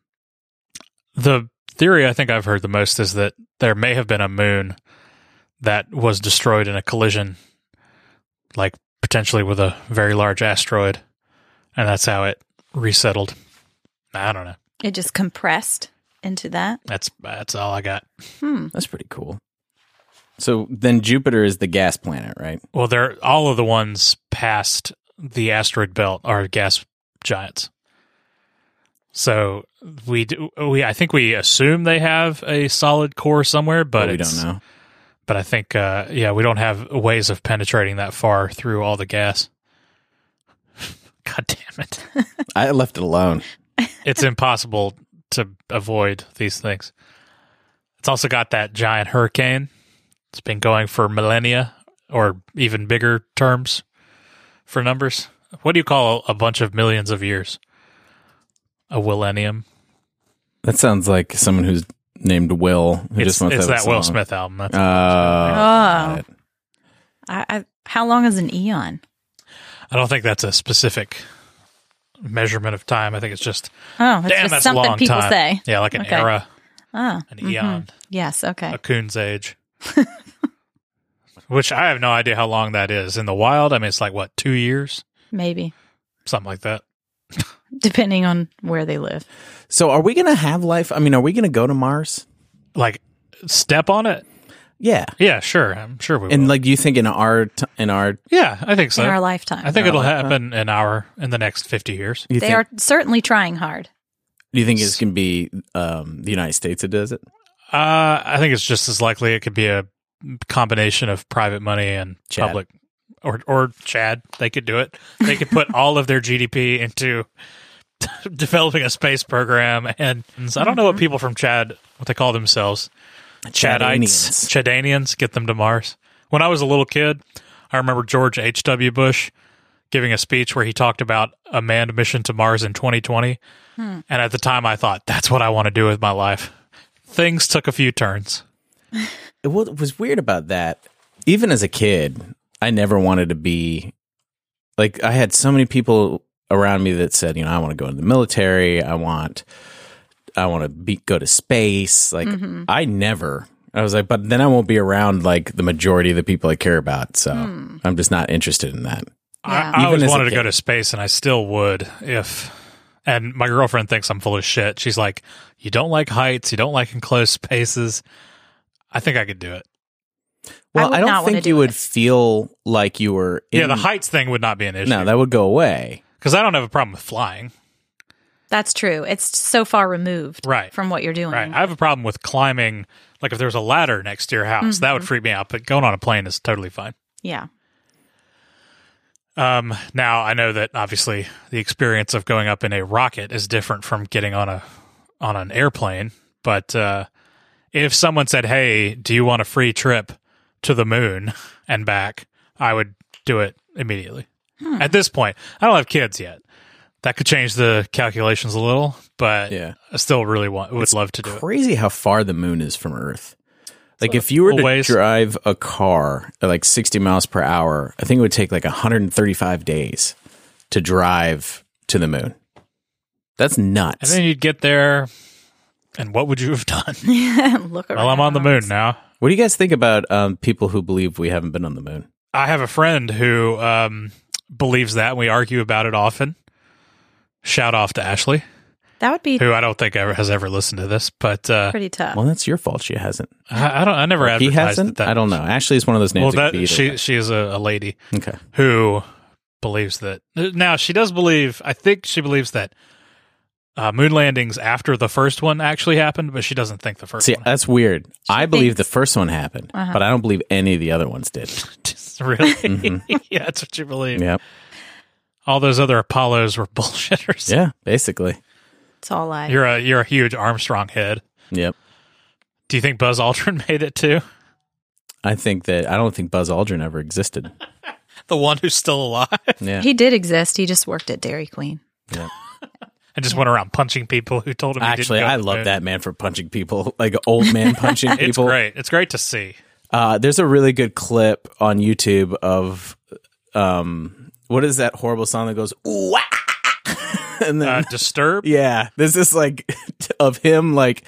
A: the theory I think I've heard the most is that there may have been a moon that was destroyed in a collision, like potentially with a very large asteroid and that's how it resettled. I don't know.
C: it just compressed into that.
A: That's that's all I got.
C: Hmm.
B: That's pretty cool. So then Jupiter is the gas planet, right?
A: Well, they're all of the ones past the asteroid belt are gas giants. So we do, we I think we assume they have a solid core somewhere, but
B: we
A: it's-
B: don't know.
A: But I think uh, yeah, we don't have ways of penetrating that far through all the gas. God damn it!
B: I left it alone.
A: it's impossible to avoid these things. It's also got that giant hurricane. It's been going for millennia or even bigger terms for numbers. What do you call a bunch of millions of years? A millennium.
B: That sounds like someone who's named Will. Who
A: It's,
B: just wants
A: it's
B: to
A: that
B: have a
A: Will
B: song.
A: Smith album. That's,
B: Oh, got it.
C: I, I how long is an eon?
A: I don't think that's a specific measurement of time. I think it's just
C: Oh, it's
A: damn,
C: just
A: that's a
C: something
A: long
C: people
A: time.
C: say.
A: Yeah, like an
C: Okay.
A: era, Uh,
C: Oh,
A: an eon.
C: yes, okay.
A: a coon's age. Which I have no idea how long that is. In the wild, I mean, it's like, what, two years?
C: Maybe,
A: Something like that.
C: depending on where they live.
B: So, are we going to have life? I mean, are we going to go to Mars?
A: Like, step on it?
B: Yeah.
A: Yeah, sure. I'm sure we
B: And
A: will.
B: like you think in our t- in our
A: yeah, I think so.
C: in our lifetime.
A: I
B: Oh,
A: think it'll happen in our, in the next 50 years.
B: you
C: they
B: think,
C: are certainly trying hard.
B: do you think it's going to be um, the United States that does it?
A: Uh, I think it's just as likely it could be a combination of private money and
B: Chad.
A: public. Or, or Chad, they could do it. They could put all of their GDP into developing a space program. And I don't know what people from Chad, what they call themselves, Chadites, Chadanians, get them to Mars. When I was a little kid, I remember George H.W. Bush giving a speech where he talked about a manned mission to Mars in 2020. And at the time, I thought, that's what I want to do with my life. things took a few turns.
B: It- What was weird about that, even as a kid, I never wanted to be like I had so many people around me that said, you know, I want to go into the military, I want I want to be go to space. Like
C: Mm-hmm.
B: I never I was like, but then I won't be around like the majority of the people I care about. So
C: Hmm.
B: I'm just not interested in that.
C: Yeah.
A: I, I always
B: Even as a
A: wanted to
B: kid.
A: go to space, and I still would if. And my girlfriend thinks I'm full of shit. She's like, "You don't like heights. You don't like enclosed spaces." I think I could do it.
B: Well,
C: would
B: I,
C: not
B: don't
C: wanna
B: think
C: do
B: you would
C: it.
B: feel like you were in
A: yeah, the heights thing would not be an issue.
B: Mm. No, that would go away.
A: because I don't have a problem with flying.
C: That's true. It's so far removed
A: Right.
C: from what you're doing.
A: Right.
B: Mm-hmm.
A: I have a problem with climbing. Like if there's a ladder next to your house,
B: Mm,
A: that would freak me out. But going on a plane is totally fine.
C: yeah.
A: Um, now I know that obviously the experience of going up in a rocket is different from getting on a on an airplane. But uh, if someone said, "Hey, do you want a free trip to the moon and back?" I would do it immediately. At this point, I don't have kids yet. That could change the calculations a little, but
B: Yeah.
A: I still really want would love to do it.
B: crazy how far the moon is from Earth. Like if you were
A: a
B: to
A: ways.
B: drive a car at like 60 miles per hour, I think it would take like 135 days to drive to the moon. That's
A: And
B: nuts.
A: then you'd get there, and what would you have done?
C: Look around.
A: well, I'm on the moon now.
B: what do you guys think about um, people who believe we haven't been on the moon?
A: I have a friend who um, believes that. and We argue about it often. Shout off to Ashley,
C: That would be
A: who I don't think ever has ever listened to this, but uh,
C: pretty tough.
B: Well, that's your fault. She hasn't.
A: I, I don't. I never
B: He
A: advertised
B: hasn't.
A: that.
B: I don't know. Ashley is one of those names.
A: Well,
B: that could be
A: that
B: either
A: she
B: way.
A: she is a, a lady
B: okay.
A: who believes that. Now she does believe. I think she believes that uh, moon landings after the first one actually happened, but she doesn't think the first
B: See,
A: one.
B: that's weird. I believe the
C: thinks-
B: first one happened, but I don't believe any of the other ones did.
A: really?
B: Mm-hmm.
A: yeah, that's what you believe.
B: yep.
A: All those other Apollos were bullshitters.
B: Yeah. Basically.
C: It's all I.
A: You're a you're a huge Armstrong head.
B: Yep.
A: Do you think Buzz Aldrin made it too?
B: I think that I don't think Buzz Aldrin ever existed.
A: The one who's still alive
B: Yeah.
C: He did exist. He just worked at Dairy Queen.
A: and just went around punching people who told him. he didn't
B: Actually,
A: go to
B: I
A: the moon.
B: love that man for punching people, like old man punching people.
A: It's great. It's great to see.
B: Uh, there's a really good clip on YouTube of um, what is that horrible song that goes ooh wah? and then
A: Uh, disturb.
B: yeah, there's this like of him like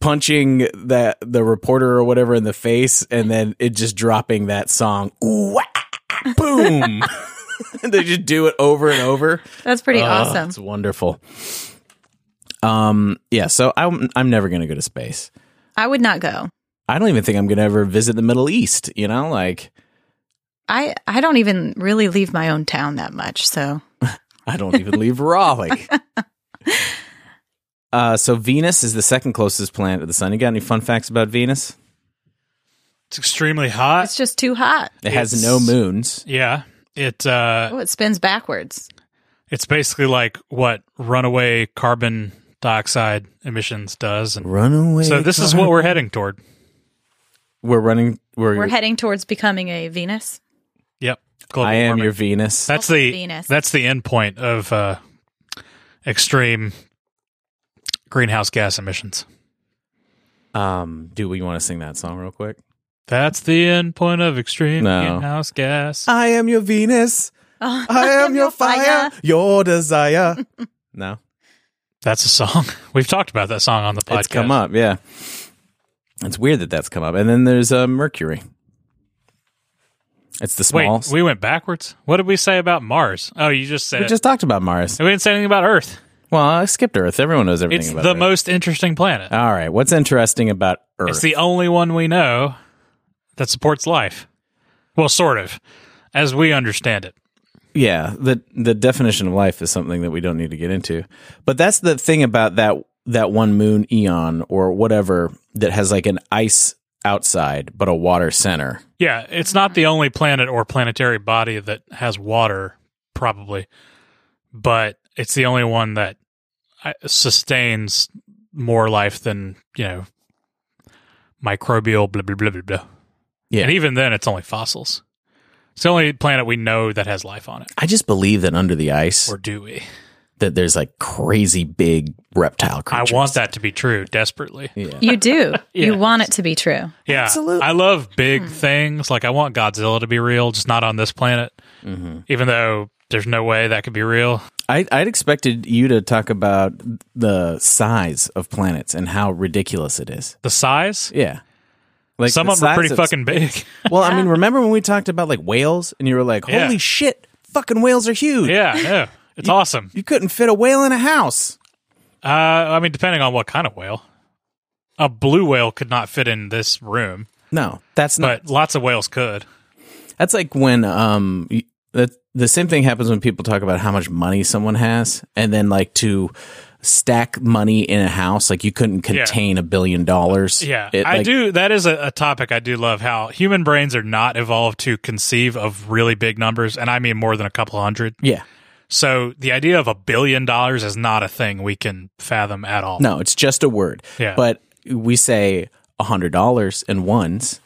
B: punching that the reporter or whatever in the face, and then it just dropping that song ooh wah, boom. And they just do it over and over.
C: That's
A: Uh,
C: pretty
B: Oh,
C: awesome.
B: It's wonderful. Um, yeah, so I'm I'm never gonna go to space.
C: I would not go.
B: I don't even think I'm gonna ever visit the Middle East, you know? Like
C: I I don't even really leave my own town that much. So
B: I don't even leave Raleigh. Uh, so Venus is the second closest planet to the sun. You got any fun facts about Venus?
A: It's extremely hot.
C: it's just too hot.
B: It has
A: It's-
B: no moons.
A: yeah. It uh,
C: Oh, it spins backwards.
A: it's basically like what runaway carbon dioxide emissions does. And
B: Run away.
A: so this is what we're heading toward.
B: we're running. We're,
C: We're heading towards becoming a Venus.
A: Yep. Global
B: I am
A: warming.
B: your Venus.
A: That's
C: Also
A: the
C: Venus.
A: that's the end point of uh, extreme greenhouse gas emissions.
B: Um, do we want to sing that song real quick?
A: That's the end point of extreme
B: No. Oh,
A: greenhouse gas.
B: I am your Venus. I am your fire. Your desire. no.
A: That's a song. We've talked about that song on the podcast.
B: It's come up, yeah. It's weird that that's come up. And then there's uh, Mercury. It's the
A: Wait,
B: small. we,
A: we went backwards. What did we say about Mars? Oh, you just said it.
B: just talked about Mars.
A: we didn't say anything about Earth.
B: Well, I skipped Earth. Everyone knows everything
A: It's
B: about
A: the
B: Earth.
A: most interesting planet.
B: All right. What's interesting about Earth?
A: It's the only one we know that supports life. Well, sort of, as we understand it.
B: yeah. The the definition of life is something that we don't need to get into. But that's the thing about that that one moon eon or whatever that has like an ice outside but a water center.
A: Yeah, it's not the only planet or planetary body that has water, probably, but it's the only one that uh, sustains more life than you know microbial blah blah blah blah blah.
B: Yeah.
A: and even then, it's only fossils. It's the only planet we know that has life on it,
B: I just believe that under the ice
A: or do we?
B: that there's like crazy big reptile
A: I
B: creatures.
A: want that to be true desperately.
B: Yeah.
C: You do. You want it to be true.
A: Yeah.
B: Absolutely.
A: I love big things. Like I want Godzilla to be real, just not on this planet. Even though there's no way that could be real.
B: I, I'd expected you to talk about the size of planets and how ridiculous it is.
A: The size?
B: Yeah. Like
A: Some
B: the
A: of them are
B: size
A: pretty fucking big.
B: Well, I mean, remember when we talked about like whales and you were like, "Holy
A: Yeah.
B: shit, fucking whales are huge."
A: yeah, yeah. It's awesome.
B: You couldn't fit a whale in a house.
A: Uh, I mean, depending on what kind of whale. A blue whale could not fit in this room,
B: No, that's not.
A: but lots of whales could.
B: That's like when um y- that the same thing happens when people talk about how much money someone has and then like to stack money in a house like you couldn't contain a billion dollars.
A: Yeah,
B: It,
A: I
B: like-
A: do. That is a, a topic I do love. How human brains are not evolved to conceive of really big numbers, and I mean more than a couple hundred.
B: Yeah.
A: So the idea of a billion dollars is not a thing we can fathom at all.
B: No, it's just a word.
A: Yeah.
B: But we say a hundred dollars in ones.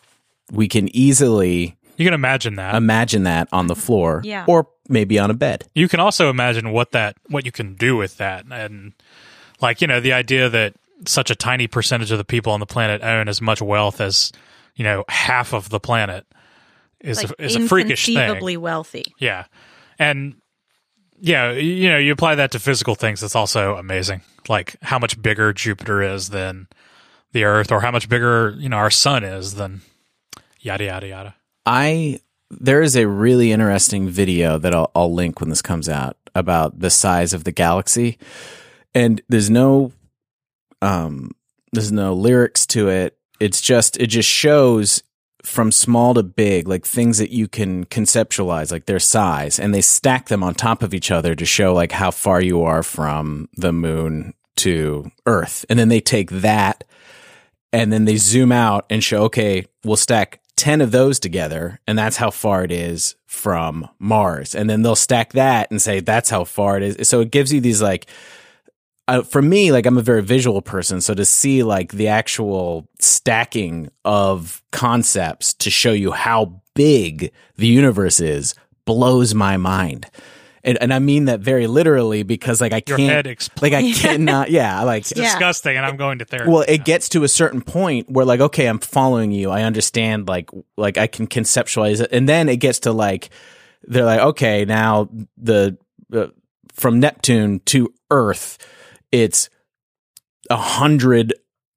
B: We can easily
A: you can imagine that.
B: imagine that on the floor
C: Yeah.
B: or maybe on a bed.
A: you can also imagine what that what you can do with that, and like you know the idea that such a tiny percentage of the people on the planet own as much wealth as you know half of the planet is
C: Like
A: a, is a freakish thing.
C: inconceivably wealthy.
A: Yeah. And yeah, y- you know, you apply that to physical things, it's also amazing. Like how much bigger Jupiter is than the Earth or how much bigger, you know, our sun is than yada yada yada.
B: I there is a really interesting video that I'll, I'll link when this comes out about the size of the galaxy, and there's no, um, there's no lyrics to it. It's just it just shows from small to big, like things that you can conceptualize, like their size, and they stack them on top of each other to show like how far you are from the moon to Earth, and then they take that and then they zoom out and show okay we'll stack 10 of those together and that's how far it is from mars and then they'll stack that and say that's how far it is so it gives you these like uh, for me like i'm a very visual person so to see like the actual stacking of concepts to show you how big the universe is blows my mind and, and i mean that very literally because like i
A: Your
B: can't
A: head explodes.
B: like i cannot yeah like
C: Yeah.
A: Disgusting, and I'm going to therapy.
B: well, it gets to a certain point where like, okay, I'm following you. I understand like like I can conceptualize it. And then it gets to like they're like, okay, now the uh, from Neptune to Earth, it's a hundred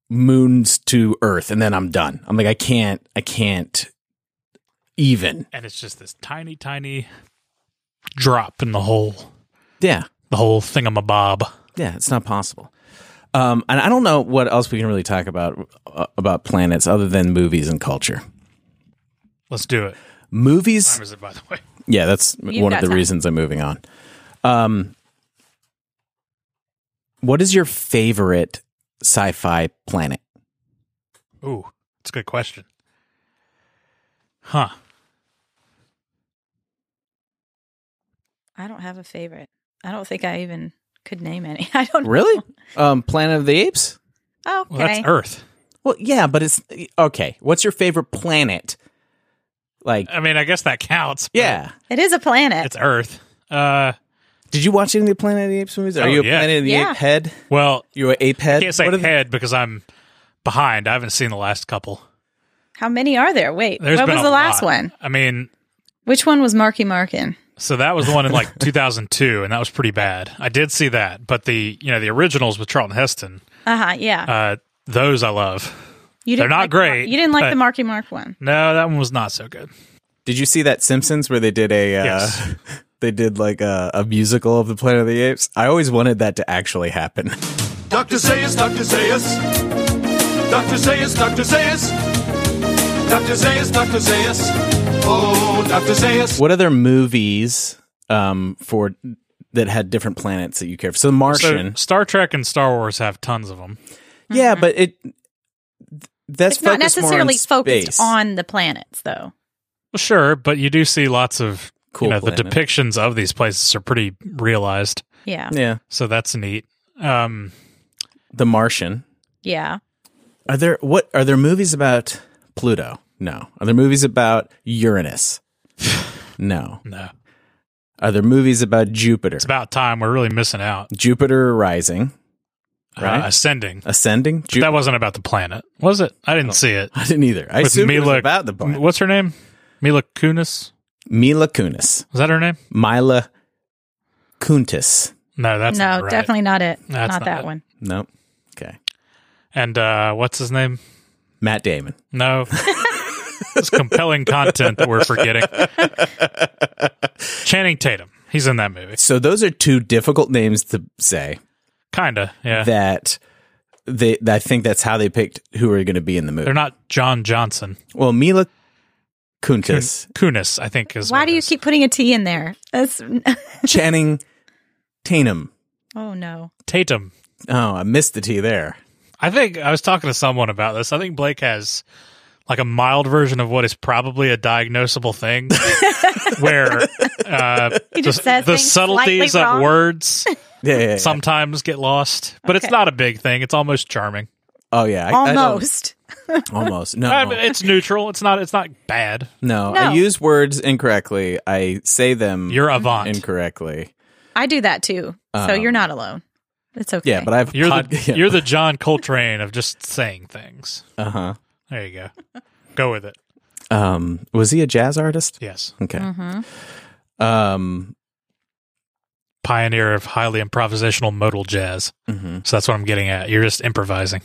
B: moons to Earth, and then I'm done. I'm like, I can't, I can't even.
A: and it's just this tiny, tiny drop in the whole
B: Yeah.
A: the whole thingamabob.
B: Yeah, it's not possible. Um, and I don't know what else we can really talk about uh, about planets other than movies and culture.
A: Let's do it.
B: Movies
A: Time is it by the way?
B: Yeah, that's
C: You've
B: one of
C: got
B: the
C: time.
B: reasons I'm moving on. Um, what is your favorite sci-fi planet?
A: Ooh, it's a good question. Huh.
C: I don't have a favorite. I don't think I even could name any. I don't
B: Really? um, Planet of the Apes?
C: Oh,
A: Well
C: okay.
A: that's Earth.
B: Well, yeah, but it's okay. What's your favorite planet? Like,
A: I mean, I guess that counts. but
B: yeah.
C: it is a planet.
A: It's Earth. Uh
B: Did you watch any of the Planet of the Apes movies? Are
A: Oh,
B: you a
A: yeah.
B: Planet of the
C: Yeah.
B: Ape head?
A: well,
B: You're an ape head.
A: can't say
B: What are the-
A: head because I'm behind. I haven't seen the last couple.
C: How many are there? Wait,
A: There's
C: what
A: been
C: was
A: a
C: the last
A: lot.
C: one?
A: I mean,
C: Which one was Marky Mark in?
A: so that was the one in like 2002, and that was pretty bad. I did see that, but the you know the originals with Charlton Heston,
C: Uh huh. Yeah,
A: uh, those I love.
C: you
A: they're not
C: like the Mar-
A: great,
C: you didn't like
A: but-
C: the Marky Mark one.
A: No, that one was not so good.
B: Did you see that Simpsons where they did a? Uh,
A: Yes.
B: They did like a, a musical of the Planet of the Apes. I always wanted that to actually happen.
G: Dr. Zayas, Dr. Zayas. Dr. Zayas, Dr. Zayas. Dr. Zayas, Dr. Zayas. Oh, Dr. Zayas.
B: What other movies um, for that had different planets that you care for? So, The
A: So
B: Martian.
A: Star Trek and Star Wars have tons of them.
B: yeah, but it th- that's focused
C: mm-hmm. It's not
B: more on
C: necessarily focused
B: space.
C: on the planets, though.
A: Well, sure, but you do see lots of
B: Cool
A: You know, the
B: planet.
A: depictions of these places are pretty realized,
C: Yeah,
B: Yeah,
A: so that's neat. Um,
B: The Martian.
C: yeah.
B: Are there what are there movies about Pluto? No. Are there movies about Uranus? no.
A: no,
B: Are there movies about Jupiter?
A: It's about time. We're really missing out.
B: Jupiter rising, Right.
A: Uh, ascending.
B: ascending. Ju- Oh.
A: that wasn't about the planet, was it? I didn't see it.
B: I didn't either. I
A: With
B: assumed it was
A: Mila-
B: about the planet.
A: What's her name? Mila Kunis.
B: Mila Kunis,
A: Is that her name?
B: Mila Kuntis.
A: No, that's
C: no,
A: not right.
C: definitely not it.
A: That's
C: not,
A: not
C: that
A: it.
C: one.
B: Nope. Okay.
A: And uh, what's his name?
B: Matt Damon.
A: No. it's compelling content that we're forgetting. Channing Tatum. He's in that movie.
B: So those are two difficult names to say.
A: Kinda, yeah.
B: That they, I think that's how they picked who are going to be in the movie.
A: They're not John Johnson.
B: well, Mila Kuntis,
A: Kunis, I think is.
C: Why
A: what
C: do
A: it
C: you
A: is.
C: keep putting a T in there? That's
B: Channing Tatum.
C: oh no.
A: Tatum?
B: Oh, I missed the T there.
A: I think I was talking to someone about this. I think Blake has like a mild version of what is probably a diagnosable thing, where uh,
C: just
A: the,
C: says
A: the
C: things
A: subtleties
C: slightly
A: of
C: wrong.
A: words
B: Yeah, yeah, yeah.
A: sometimes get lost, but it's
C: Okay.
A: not a big thing. It's almost charming.
B: oh yeah, I- I don't-
C: Almost.
B: almost. No,
A: I mean, it's neutral. It's not. It's not bad.
B: no,
C: No.
B: I use words incorrectly. I say them
A: You're avant.
B: incorrectly.
C: I do that too. so
B: Um,
C: you're not alone. It's okay.
B: Yeah, but I've
A: You're
B: pod-
A: the
B: yeah.
A: you're the John Coltrane of just saying things.
B: uh-huh.
A: There you go. Go with it.
B: Um, was he a jazz artist?
A: Yes,
B: Okay.
C: Mhm.
B: Um,
A: pioneer of highly improvisational modal jazz.
B: mhm.
A: So that's what I'm getting at. You're just improvising.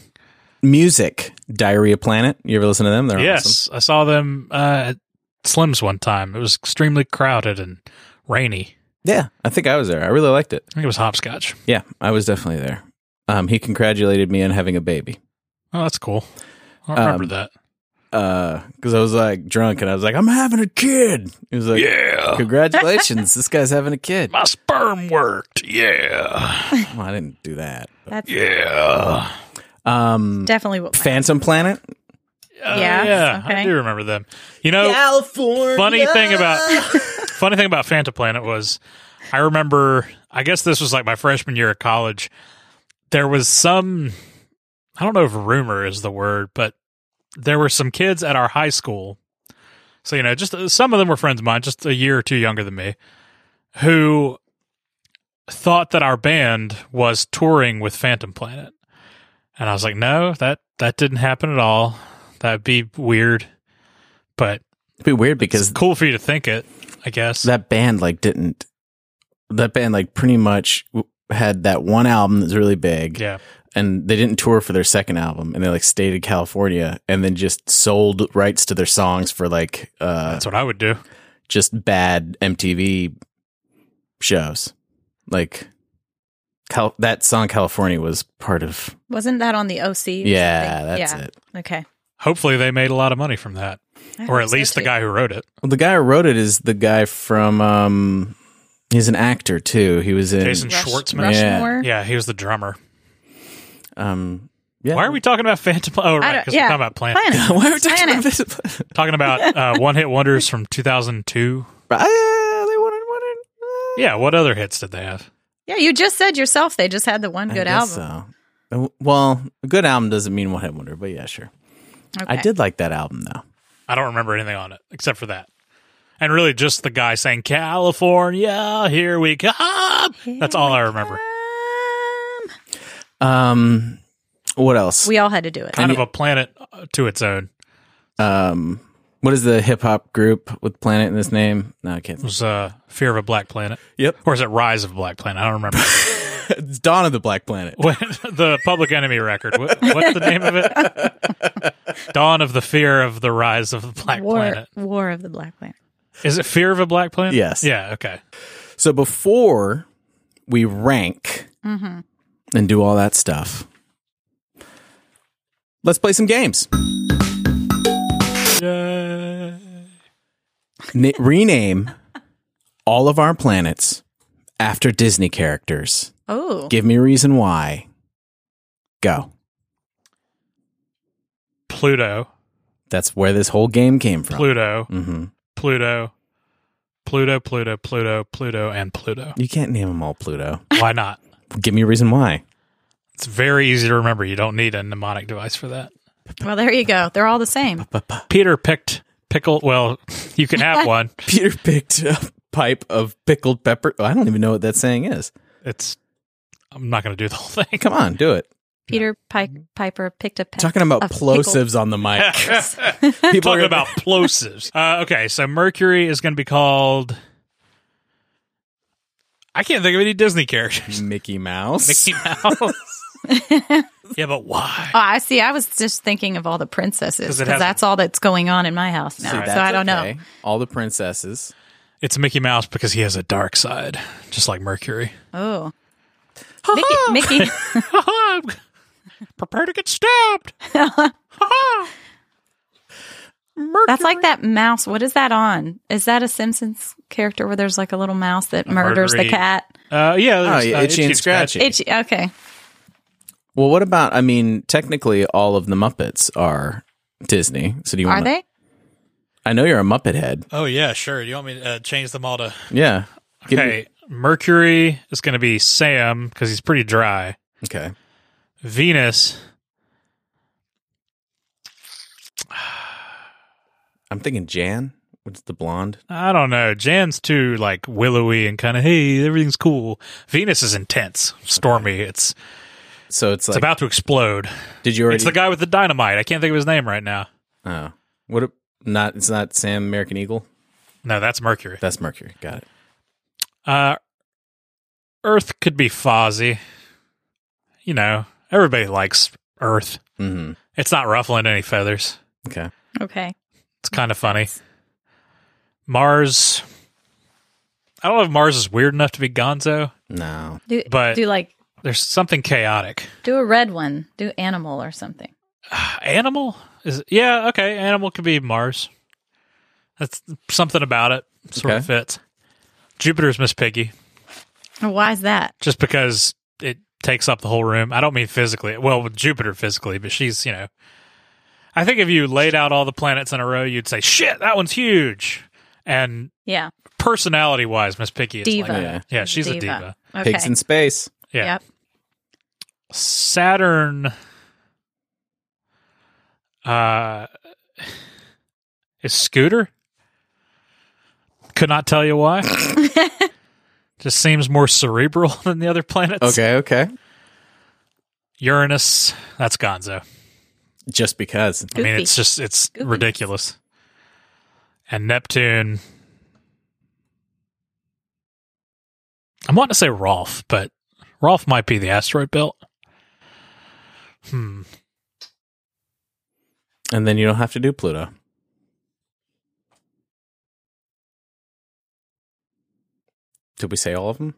B: music, Diarrhea Planet. You ever listen to them? They're awesome.
A: yes, I saw them uh, at Slim's one time. It was extremely crowded and rainy.
B: Yeah, I think I was there. I really liked it.
A: I think it was hopscotch.
B: Yeah, I was definitely there. Um, he congratulated me on having a baby.
A: Oh, that's cool. I don't remember
B: Um,
A: that.
B: Uh, because I was like drunk and I was like, I'm having a kid. He was like,
A: Yeah.
B: Congratulations, this guy's having a kid.
A: My sperm worked. Yeah.
B: Well, I didn't do that.
C: That's
A: Yeah.
B: Um,
C: definitely what
B: Phantom Planet.
C: Yes,
A: Oh, yeah. I
C: okay.
A: do remember them. You know,
B: California.
A: funny thing about funny thing about Fanta Planet was I remember I guess this was like my freshman year of college. There was some I don't know if rumor is the word, but there were some kids at our high school. So you know, just uh, some of them were friends of mine, just a year or two younger than me, who thought that our band was touring with Phantom Planet. And I was like, "No, that that didn't happen at all. That'd be weird." But
B: It'd be weird
A: it's
B: because
A: cool for you to think it, I guess.
B: that band like didn't. That band like pretty much w- had that one album that's really big,
A: yeah.
B: and they didn't tour for their second album, and they like stayed in California, and then just sold rights to their songs for like uh
A: That's what I would do.
B: just bad MTV shows, like. Cal- that song California was part of
C: wasn't that on the OC? or
B: yeah
C: something?
B: that's
C: yeah.
B: it
C: Okay.
A: Hopefully they made a lot of money from that.
C: I
A: Or
C: hope
A: at
C: so,
A: least the
C: too.
A: guy who wrote it.
B: Well, the guy who wrote it is the guy from. Um, he's an actor too. He was in.
A: Jason
C: Rush-
A: Schwartzman.
C: Rushmore.
A: Yeah, he was the drummer.
B: Um, yeah.
A: Why are we talking about Phantom Planet? Oh,
C: I
A: right,
C: don't-
A: because
C: yeah.
A: we're talking about Planet.
C: Planet.
B: Why are we talking
C: Planet.
B: about this?
A: Talking about uh, One Hit Wonders from 2002.
B: Ah, they wanted, wanted, ah.
A: Yeah, what other hits did they have?
C: Yeah, you just said yourself they just had the one
B: I
C: good album.
B: guess So. Uh, Well, a good album doesn't mean one hit wonder, but yeah, sure. I
C: Okay.
B: did like that album though.
A: I don't remember anything on it except for that. And really just the guy saying, California, here we come. That's all I remember.
B: Um,
C: Um,
B: what else?
C: we all had to do it.
A: Kind of a planet uh, to its own.
B: um, what is the hip hop group with Planet in this name? No, I can't.
A: It was uh, Fear of a Black Planet.
B: Yep,
A: Or is it Rise of a Black Planet? I don't remember.
B: it's Dawn of the Black Planet.
A: What, the Public Enemy record. What, what's the name of it? Dawn of the Fear of the Rise of the Black
C: War,
A: Planet.
C: War of the Black Planet.
A: Is it Fear of a Black Planet?
B: Yes.
A: Yeah, okay.
B: So before we rank
C: Mm-hmm.
B: and do all that stuff, let's play some games. Na- rename all of our planets after Disney characters.
C: Oh,
B: Give me a reason why. Go.
A: Pluto,
B: That's where this whole game came from.
A: Pluto,
B: hmm
A: Pluto, Pluto, Pluto, Pluto, Pluto, and Pluto.
B: You can't name them all Pluto.
A: Why not?
B: Give me a reason why.
A: It's very easy to remember. You don't need a mnemonic device for that.
C: well, there you go. They're all the same.
A: Peter picked pickle. Well, you can have one.
B: Peter picked up pipe of pickled pepper. I don't even know what that saying is.
A: It's. I'm not going to do the whole thing.
B: Come on, do it.
C: Peter Pike, Piper picked a pe-
B: Talking about
C: a pickle.
B: plosives on the mic. People are
A: Talking
B: gonna-
A: about plosives. Uh, okay, so Mercury is going to be called. I can't think of any Disney characters.
B: Mickey Mouse.
A: Mickey Mouse. yeah, but why?
C: Oh, I see. I was just thinking of all the princesses
A: 'Cause
C: because
A: it has-
C: that's all that's going on in my house
B: See,
C: now. so
B: that's
C: I don't
B: okay.
C: know.
B: All the princesses.
A: It's Mickey Mouse because he has a dark side, just like Mercury.
C: Oh, Mickey, Mickey.
A: Prepare to get stabbed.
C: That's like that mouse. What is that on? Is that a Simpsons character where there's like a little mouse that murders
A: murdery-
C: the cat?
A: Uh, yeah,
B: Oh,
A: there's,
B: yeah,
A: uh,
B: Itchy and Scratchy.
C: Itchy. Okay.
B: Well, what about? I mean, technically, all of the Muppets are Disney. So do you?
C: Are
B: wanna,
C: they?
B: I know you're a Muppet head.
H: Oh yeah, sure. You want me to uh, change them all to?
B: Yeah. Give me-
A: Okay, Mercury is going to be Sam because he's pretty dry.
B: okay.
A: Venus,
B: I'm thinking Jan. What's the blonde?
A: I don't know. Jan's too like willowy and kind of hey, everything's cool. Venus is intense, stormy. It's it's
B: So it's like.
A: about to explode.
B: did you already?
A: It's the guy with the dynamite. I can't think of his name right now.
B: Oh, what? A, not. It's not Sam American Eagle.
A: No, that's Mercury.
B: That's Mercury. Got it.
A: Uh, Earth could be Fozzie. You know, everybody likes Earth.
B: hmm
A: It's not ruffling any feathers.
B: Okay.
C: Okay.
A: It's kind
B: Mm-hmm.
A: of funny. Mars. I don't know if Mars is weird enough to be Gonzo,
B: No.
C: Do,
A: But-
C: do like
A: there's something chaotic.
C: do a red one. Do animal or something.
A: Animal is yeah okay. Animal could be Mars. That's something about it sort of
B: Okay.
A: fits. Jupiter's Miss Piggy.
C: Why is that?
A: just because it takes up the whole room. I don't mean physically. Well, with Jupiter physically, but she's, you know. I think if you laid out all the planets in a row, you'd say, "Shit, that one's huge." And
C: Yeah.
A: personality-wise, Miss Picky is
C: Diva.
A: like,
B: Yeah.
A: yeah, she's a diva.
C: Okay.
B: Pigs in space.
A: Yeah.
C: Yep.
A: Saturn uh is Scooter? Could not tell you why. Just seems more cerebral than the other planets.
B: Okay. Okay.
A: Uranus, that's Gonzo.
B: Just because.
A: I mean,
C: Goofy.
A: it's just it's ridiculous. And Neptune, I want to say Rolf, but Rolf might be the asteroid belt. Hmm.
B: And then you don't have to do Pluto. Did we say all of them?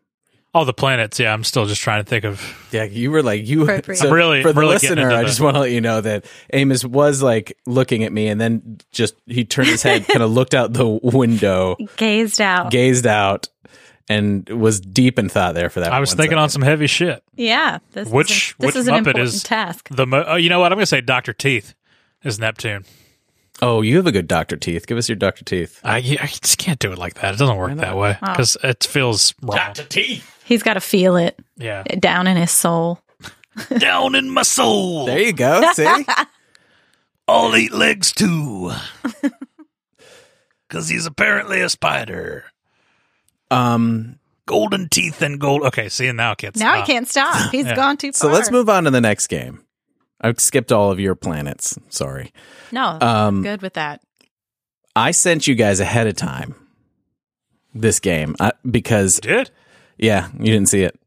A: All the planets. Yeah, I'm still just trying to think of.
B: Yeah, you were like you
C: Appropriate.
B: so
A: I'm really-
B: for the
A: really getting
B: listener.
A: into
B: I
A: the-
B: just want to let you know that Amos was like looking at me, and then just he turned his head, kind of looked out the window,
C: Gazed out.
B: gazed out, and was deep in thought there for that.
A: I was
B: one
A: thinking on
B: second.
A: some heavy shit.
C: yeah. This
A: Which-
C: is, a- this
A: which
C: is an
A: Muppet
C: important
A: is-
C: task.
A: The mo- oh, you know what? I'm gonna say Doctor Teeth is Neptune.
B: Oh, you have a good Doctor Teeth. Give us your Doctor Teeth.
A: I, I just can't do it like that. It doesn't work that way
C: Oh.
A: because it feels wrong.
C: He's got to feel it
A: Yeah,
C: down in his soul.
A: down in my soul.
B: There you go. See,
A: I'll eat legs too. Because he's apparently a spider.
B: um,
A: Golden teeth and gold. Okay, see, now I can't
C: Now
A: stop.
C: he can't stop. He's gone too far.
B: so let's move on to the next game. I've skipped all of your planets. Sorry.
C: No,
B: Um,
C: good with that.
B: I sent you guys ahead of time this game I, because
A: Did?
B: yeah, you didn't see it.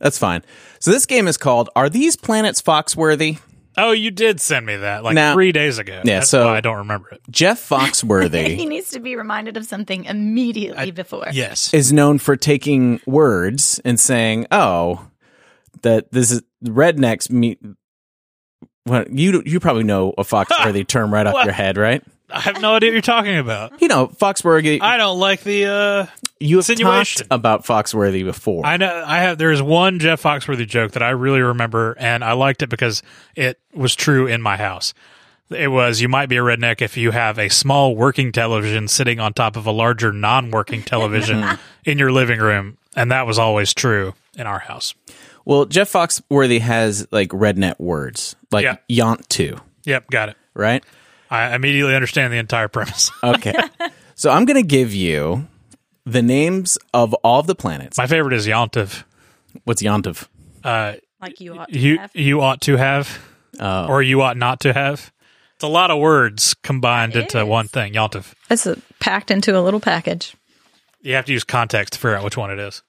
B: That's fine. So this game is called "Are These Planets Foxworthy?"
A: Oh, you did send me that like
B: Now-
A: three days ago.
B: Yeah,
A: That's
B: so-
A: why I don't remember it.
B: Jeff
C: He
B: Foxworthy
C: needs to be reminded of something immediately before.
A: Yes.
B: is known for taking words and saying, "Oh, that this is rednecks meet." Well, you you probably know a Foxworthy term right off your head, right?
A: I have no idea what you're talking about.
B: You know Foxworthy.
A: I don't like the. uh
B: you have talked
A: insinuation.
B: about Foxworthy before.
A: I know. I have. There is one Jeff Foxworthy joke that I really remember, and I liked it because it was true in my house. It was you might be a redneck if you have a small working television sitting on top of a larger non-working television in your living room, and that was always true in our house.
B: well, Jeff Foxworthy has like redneck words like
A: Yeah.
B: yont to,
A: Yep, got it.
B: right?
A: I immediately understand the entire premise.
B: Okay. so I'm going to give you the names of all of the planets.
A: My favorite is Yontif.
B: What's Yontiv?
A: Uh,
C: Like you ought to
A: you
C: have.
A: you ought to have,
B: Oh.
A: or you ought not to have. It's a lot of words combined into one thing. Yontif.
C: It's a, packed into a little package.
A: You have to use context to figure out which one it is.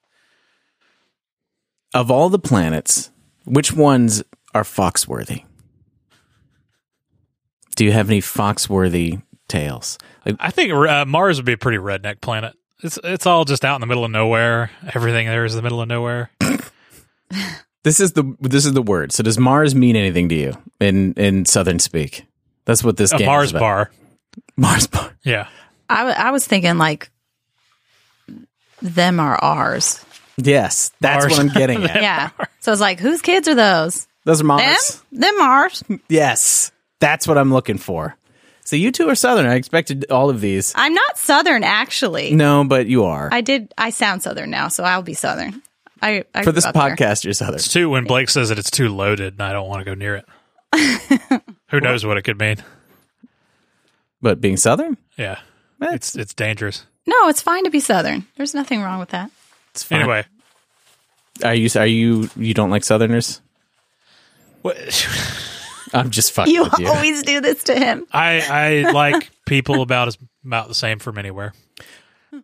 B: Of all the planets, which ones are Foxworthy? Do you have any Foxworthy tales? Like,
A: I think uh, Mars would be a pretty redneck planet. It's it's all just out in the middle of nowhere. Everything there is the middle of nowhere.
B: this is the this is the word. So does Mars mean anything to you in in Southern speak? That's what this
A: A
B: game
A: Mars
B: is about.
A: bar.
B: Mars bar.
A: Yeah.
C: I, w- I was thinking like them are ours.
B: Yes, that's
A: Mars.
B: what I'm getting at.
C: Yeah. So it's like whose kids are those?
B: Those are
C: Them?
B: Mars.
C: Them ours.
B: Yes, that's what I'm looking for. So you two are Southern. I expected all of these.
C: I'm not southern actually.
B: No, but you are.
C: I did I sound southern now, so I'll be southern. I, I
B: for
C: grew
B: this
C: up there.
B: podcast, you're Southern.
A: It's too when Blake says that it's too loaded and I don't want to go near it. Who knows what it could mean?
B: But being Southern,
A: Yeah.
B: that's
A: It's it's dangerous.
C: No, it's fine to be southern. There's nothing wrong with that.
B: it's fine.
A: Anyway,
B: are you are you you don't like Southerners?
A: what-
B: I'm just fucking
C: You
B: with you.
C: always do this to him.
A: I I like people about as about the same from anywhere.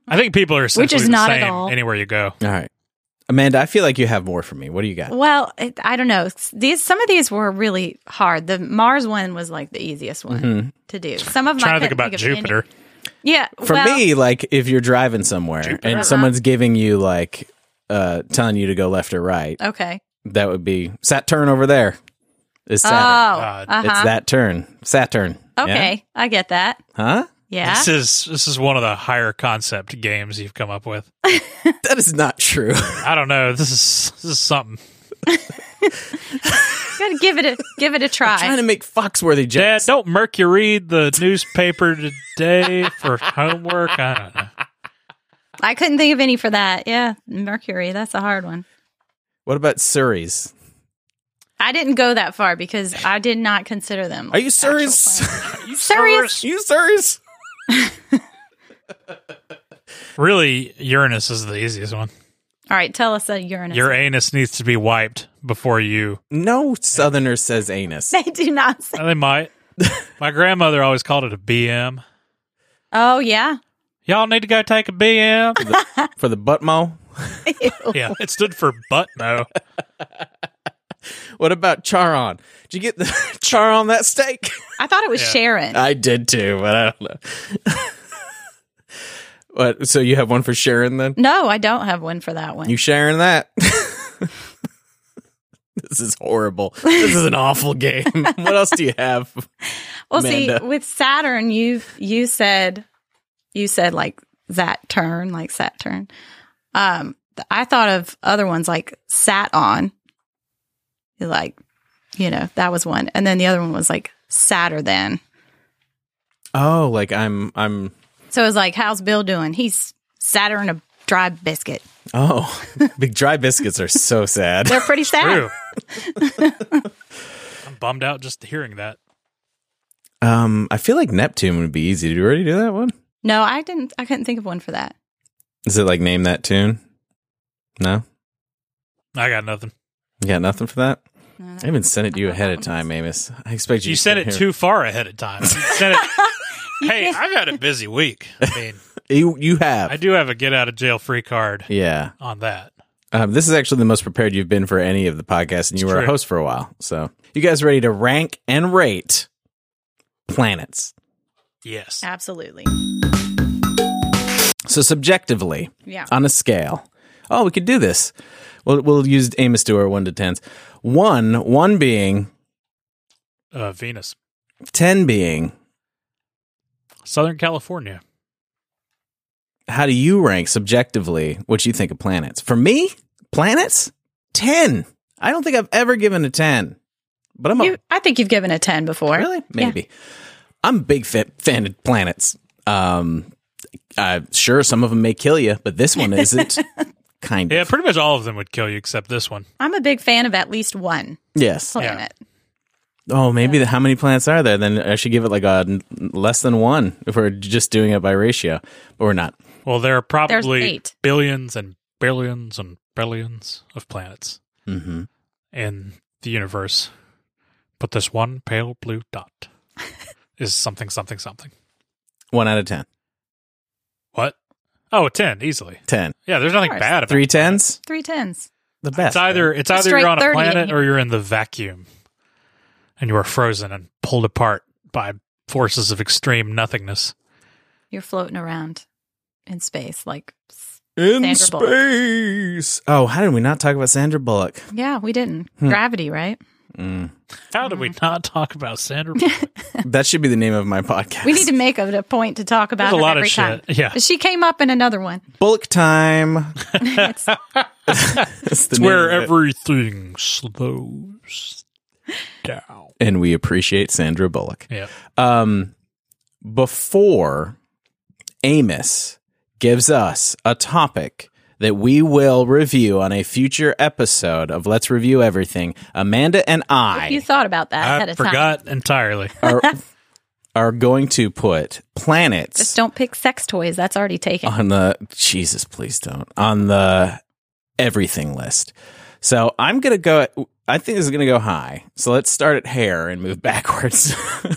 A: I think people are essentially
C: is
A: the
C: not at
A: same
C: all.
A: anywhere you go.
B: all right, Amanda. I feel like you have more for me. What do you got?
C: Well, it, I don't know. These some of these were really hard. The Mars one was like the easiest one to do. Some of them I
A: trying to think
C: couldn't
A: about
C: of any-
A: Jupiter.
C: Yeah,
B: For
C: well, Uh-huh.
B: me, like if you're driving somewhere and someone's giving you like uh telling you to go left or right,
C: Okay.
B: that would be Saturn over there. Is
C: Oh,
B: Saturn?
A: God.
C: uh-huh.
B: It's that turn, Saturn. Yeah?
C: okay. I get that.
B: Huh?
C: Yeah.
A: This is this is one of the higher concept games you've come up with.
B: That is not true.
A: I don't know. This is this is something.
C: Gotta give it a give it a
B: Trying
C: try.
B: to make Foxworthy
A: Dad,
B: jokes.
A: don't Mercury read the newspaper today for homework. I don't know.
C: I couldn't think of any for that. Yeah, Mercury. That's a hard one.
B: What about Surrey's?
C: I didn't go that far because I did not consider them.
B: Are you serious?
C: serious?
B: you serious?
A: Really, Uranus is the easiest one.
C: All right, tell us a Uranus.
A: Your anus needs to be wiped before you.
B: No southerner says anus.
C: they do not say.
A: They might. My grandmother always called it a BM.
C: Oh yeah.
A: Y'all need to go take a BM.
B: For the butt mo.
A: yeah, it stood for butt no.
B: What about Charon? Did you get the char on that steak?
C: I thought it was
A: Yeah.
C: Sharon.
B: I did too, but I don't know. what, so you have one for Sharon then?
C: no, I don't have one for that one.
B: You sharing that? this is horrible. This is an awful game. what else do you have?
C: Well,
B: Amanda.
C: see, with Saturn, you you said you said like that turn, like Saturn. Um, th- I thought of other ones like sat on, like you know that was one, and then the other one was like sadder than.
B: Oh, like I'm I'm
C: So it was like, how's Bill doing? He's sadder than a dry biscuit.
B: oh big dry biscuits are so sad.
C: They're pretty sad.
A: True. I'm bummed out just hearing that.
B: Um I feel like Neptune would be easy. Did you already do that one?
C: No, I didn't. I couldn't think of one for that.
B: Is it like name that tune? No?
A: I got nothing.
B: You got nothing for that?
C: No,
B: I even sent it to you ahead of time, Amos. I expect you
A: You sent it
B: to
A: too far ahead of time. You sent it. hey, I've had a busy week. I mean,
B: you you have.
A: I do have a get out of jail free card
B: yeah.
A: on that.
B: Um, this is actually the most prepared you've been for any of the podcasts, and you were a
A: true.
B: host for a while. So, you guys ready to rank and rate planets?
C: Uh,
A: Yes.
C: Absolutely.
B: So, subjectively,
C: Yeah.
B: on a scale, oh, we could do this. We'll, we'll use Amos Stewart one to tens. One, one being,
A: Uh, Venus,
B: ten being.
A: Southern California.
B: How do you rank subjectively what you think of planets? For me, planets, ten. I don't think I've ever given a ten, but I'm a
C: You, I think you've given a ten before.
B: Really? Maybe. I'm a big fan, fan of planets. Um, I sure some of them may kill you, but this one isn't. kind of.
A: Yeah, pretty much all of them would kill you except this one.
C: I'm a big fan of at least one
B: Yes.
C: planet.
B: Oh, maybe the, how many planets are there? Then I should give it like a n- less than one if we're just doing it by ratio, but we're not.
A: Well, there are probably
C: eight.
A: billions and billions and billions of planets
B: Mm-hmm.
A: in the universe, but this one pale blue dot is something, something, something.
B: One out of ten.
A: What? Oh, a ten easily.
B: Ten.
A: Yeah, there's nothing
C: Of course.
A: bad about
B: Three
A: it.
B: tens?
C: Three tens.
B: The best.
A: It's either it's
C: A
A: either
C: straight
A: you're on a
C: 30.
A: planet or you're in the vacuum, and you are frozen and pulled apart by forces of extreme nothingness.
C: You're floating around in space. Like,
B: in
C: Sandra Bullock.
B: space. Oh, how did we not talk about Sandra Bullock?
C: yeah, we didn't.
A: Hmm.
C: Gravity, right?
B: Mm.
A: How did we
C: Mm-hmm.
A: not talk about Sandra?
B: that should be the name of my podcast.
C: We need to make it a point to talk about
A: There's a
C: her
A: lot of
C: every time.
A: shit. Yeah.
C: But she came up in another one.
B: Bullock time.
C: It's-
B: That's the
A: It's
B: name
A: where
B: of it.
A: everything slows down.
B: and we appreciate Sandra Bullock.
A: Yeah.
B: um, before Amos gives us a topic that we will review on a future episode of Let's Review Everything, Amanda and
C: you
B: I
C: thought about that ahead
A: I
C: of time.
A: forgot entirely.
B: are, are going to put
C: Just
B: planets
C: don't pick sex toys. That's already taken.
B: on the Jesus, please don't on the everything list. So I'm gonna go. I think this is gonna go high. So let's start at hair and move backwards.
A: Uh-huh.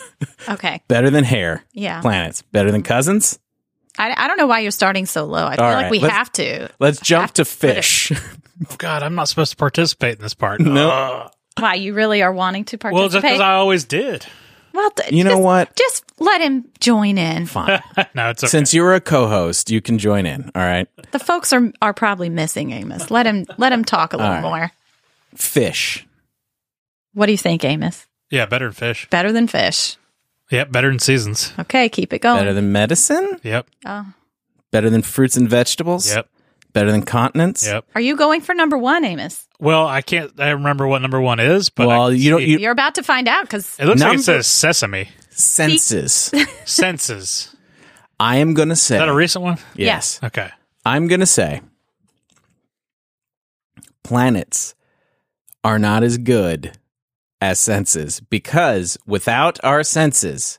C: Okay.
B: better than hair,
C: Yeah.
B: planets. Better than cousins.
C: I, I don't know why you're starting so low. I feel
B: All
C: like
B: right,
C: we
B: let's-
C: have to.
B: Let's jump
C: have
B: to
C: to put it-
B: fish.
A: Oh God, I'm not supposed to participate in this part.
B: No.
A: Uh,
C: Why you really are wanting to
A: well, just
C: participate?
A: because I always did.
C: well, th-
B: You know
C: just-
B: what?
C: Just let him join in.
B: Fine.
A: no, it's okay.
B: Since you were a co-host, you can join in. All right.
C: The folks are are probably missing Amos. Let him let him talk a little
B: right.
C: more.
B: Fish.
C: What do you think, Amos?
A: yeah, better than fish.
C: Better than fish.
A: Yep, better than seasons.
C: Okay, keep it going.
B: Better than medicine?
A: Yep,
C: oh.
B: Better than fruits and vegetables?
A: yep,
B: Better than continents?
A: yep.
C: Are you going for number one, Amos?
A: Well, I can't. I remember what number one is, but
B: Well,
A: I-
B: you don't. You,
C: You're about to find out because
A: It looks like
B: Number-
A: it says sesame
B: senses.
A: senses. Is
B: I am gonna say.
A: that a recent one?
B: yes.
A: Okay.
B: I'm gonna say. Planets are not as good as senses because without our senses,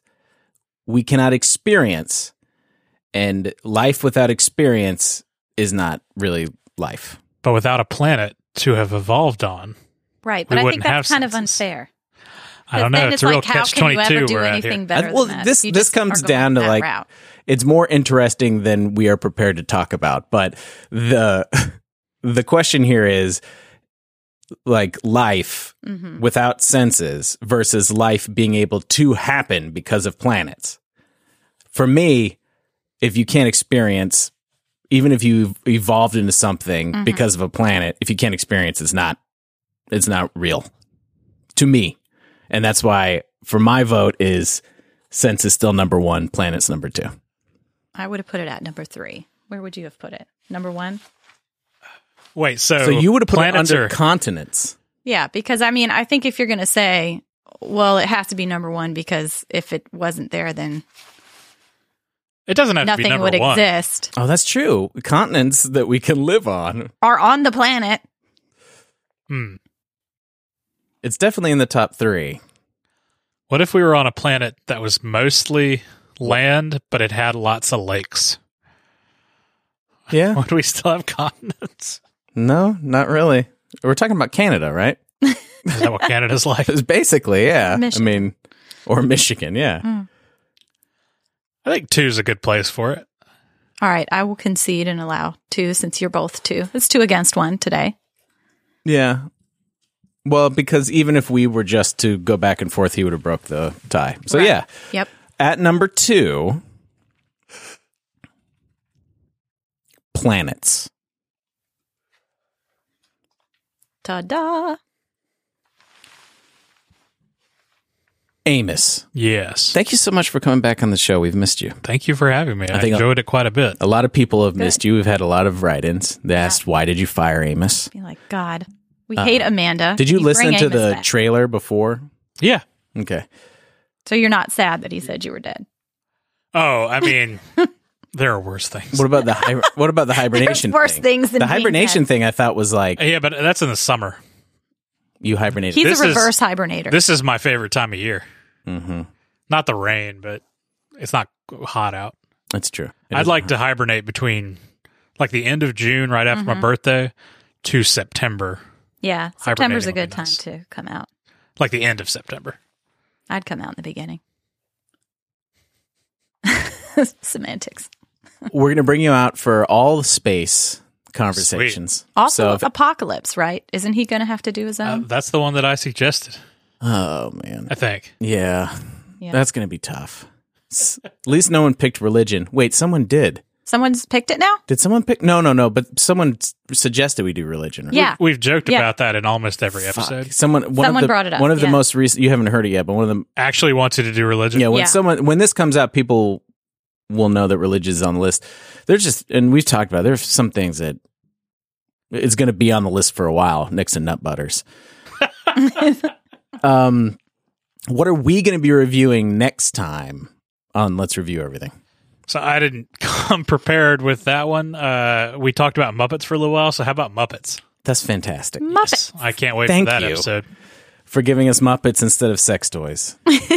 B: we cannot experience, and life without experience is not really life.
A: But without a planet to have evolved on,
C: right,
A: We
C: but I think
A: wouldn't
C: that's
A: have
C: kind of
A: senses.
C: unfair.
A: I don't
C: 'Cause
A: know.
C: then
A: It's a real
C: like, how
A: catch
C: can you
A: twenty
C: ever
A: two.
C: do
A: We're at
C: anything
A: here.
C: better.
B: I- well,
C: than that
B: this
C: if you
B: this
C: just are
B: comes
C: going
B: down to
C: that
B: like
C: route.
B: it's more interesting than we are prepared to talk about. But the the question here is like life
C: Mhm.
B: without senses versus life being able to happen because of planets. For me, if you can't experience, even if you evolved into something because of a planet, if you can't experience, it's not it's not real to me. And that's why for my vote is sense is still number one, planets number two.
C: I would have put it at number three. Where would you have put it? Number one?
A: Wait, so
B: So you would have put it
A: planets
B: under
A: are-
B: continents.
C: Yeah, because I mean, I think if you're going to say, well, it has to be number one because if it wasn't there, then
A: it doesn't have to be
C: nothing
A: number
C: would
A: one.
C: exist
B: Oh, that's true. Continents that we can live on.
C: or on the planet.
A: Hmm.
B: It's definitely in the top three.
A: What if we were on a planet that was mostly land, but it had lots of lakes?
B: Yeah.
A: Would we still have continents?
B: No, not really. We're talking about Canada, right?
A: Is that what Canada's like?
B: It's basically, yeah.
C: Michigan.
B: I mean, or Michigan, yeah.
A: I think two's a good place for it.
C: All right, I will concede and allow two since you're both two. It's two against one today.
B: Yeah. Well, because even if we were just to go back and forth, he would have broke the tie. So, yeah.
C: Yep.
B: At number two, planets.
C: Ta da.
B: Amos,
A: Yes.
B: thank you so much for coming back on the show. We've missed you.
A: Thank you for having me. I,
B: think Oh. I'll-
A: enjoyed it quite a bit.
B: A lot of people have missed you. We've had a lot of write ins. They asked, why did you fire Amos?
C: Be like, God, we
A: Uh,
C: hate Amanda.
B: Did you, listen
C: bring
B: to
C: Amos
B: the
C: back.
B: trailer before?
A: Yeah.
B: Okay.
C: so you're not sad that he said you were dead.
A: Oh, I mean, there are worse things.
B: What about the hi- what about the hibernation?
C: worse
B: thing?
C: things than
B: the
C: being
B: hibernation thing. I thought was like
A: Yeah, but that's in the summer.
B: you hibernated.
C: He's
A: This
C: a
A: is-
C: reverse hibernator.
A: This is my favorite time of year.
B: Mhm.
A: Not the rain, but it's not hot out.
B: That's true. It
A: I'd
B: is-
A: like to hibernate between like the end of June, right after
B: Mm-hmm.
A: my birthday, to September,
C: Yeah. September's
A: Hibernating
C: a
A: would
C: good
A: be
C: time
A: nice.
C: to come out.
A: like the end of September.
C: I'd come out in the beginning. Semantics.
B: We're going to bring you out for all the space conversations.
C: Also,
B: So if- Um,
C: Apocalypse, right? Isn't he going to have to do his
A: Uh,
C: own?
A: that's the one that I suggested,
B: oh man,
A: I think.
B: yeah,
C: Yeah.
B: that's going to be tough. S- At least no one picked religion. Wait, someone did.
C: Someone's picked it now?
B: Did someone pick? No, no, no. But someone s- suggested we do religion. Right?
C: Yeah.
A: We've joked
C: Yeah.
A: about that in almost every episode.
B: Fuck. Someone, one
C: Someone
B: of the,
C: brought it up,
B: One of the
C: yeah.
B: most recent. You haven't heard it yet, but one of the
A: Actually wanted to do religion.
B: Yeah, when
C: Yeah.
B: someone when this comes out, people will know that religion is on the list. There's just and we've talked about it, there's some things that it's going to be on the list for a while. Next to nut butters. um, what are we going to be reviewing next time on Let's Review Everything?
A: So I didn't come prepared with that one. Uh, we talked about Muppets for a little while, so how about Muppets?
B: That's fantastic
C: Muppet.
A: I can't wait
B: Thank
A: for that
B: you.
A: episode.
B: for giving us Muppets instead of sex toys.
H: Well,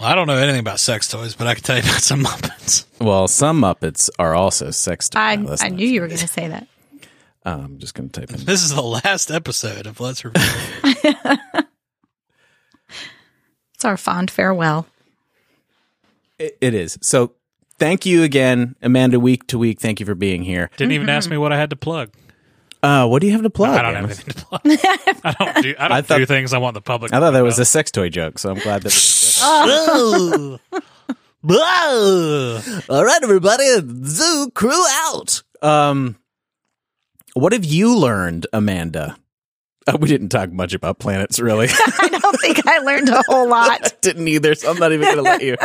H: I don't know anything about sex toys, but I can tell you about some Muppets.
B: well, some Muppets are also sex toys.
C: I,
B: No, Oh, that's
C: I
B: not
C: knew
B: true.
C: you were going to say that.
B: Uh, I'm just going to type in.
H: This is the last episode of Let's Review.
C: It's our fond farewell.
B: It, it is so. Thank you again, Amanda. Week to week, thank you for being here.
A: Didn't even
B: Mm-hmm.
A: ask me what I had to plug.
B: Uh, what do you have to plug?
A: I don't have
B: Amos?
A: anything to plug. I don't do I don't
B: I thought-
A: do things I want the public.
B: I thought
A: to
B: that
A: know
B: was a sex toy joke, so I'm glad that.
A: about.
B: All right, everybody, Zoo Crew out. Um, what have you learned, Amanda? Uh, we didn't talk much about planets, really.
C: I don't think I learned a whole
B: I
C: lot.
B: didn't either, so I'm not even going to let you.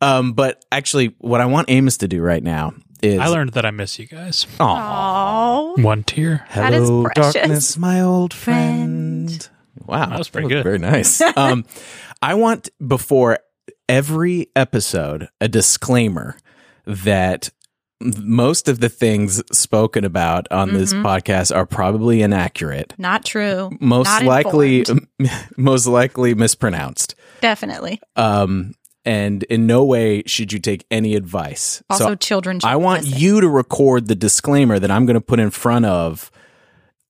B: Um, but actually, what I want Amos to do right now is
A: I learned that I miss you guys.
B: Aw.
C: Oh,
A: One tear.
C: That is
B: Hello,
C: precious.
B: darkness, my old friend. Wow,
A: That was pretty good.
B: Very nice. um, I want before every episode a disclaimer that most of the things spoken about on this
C: Mm-hmm.
B: podcast are probably inaccurate.
C: not true.
B: Most
C: Not
B: likely,
C: informed.
B: most likely mispronounced.
C: definitely.
B: Um, and in no way should you take any advice. So
C: Also, children. should
B: I want
C: listen.
B: you to record the disclaimer that I'm going to put in front of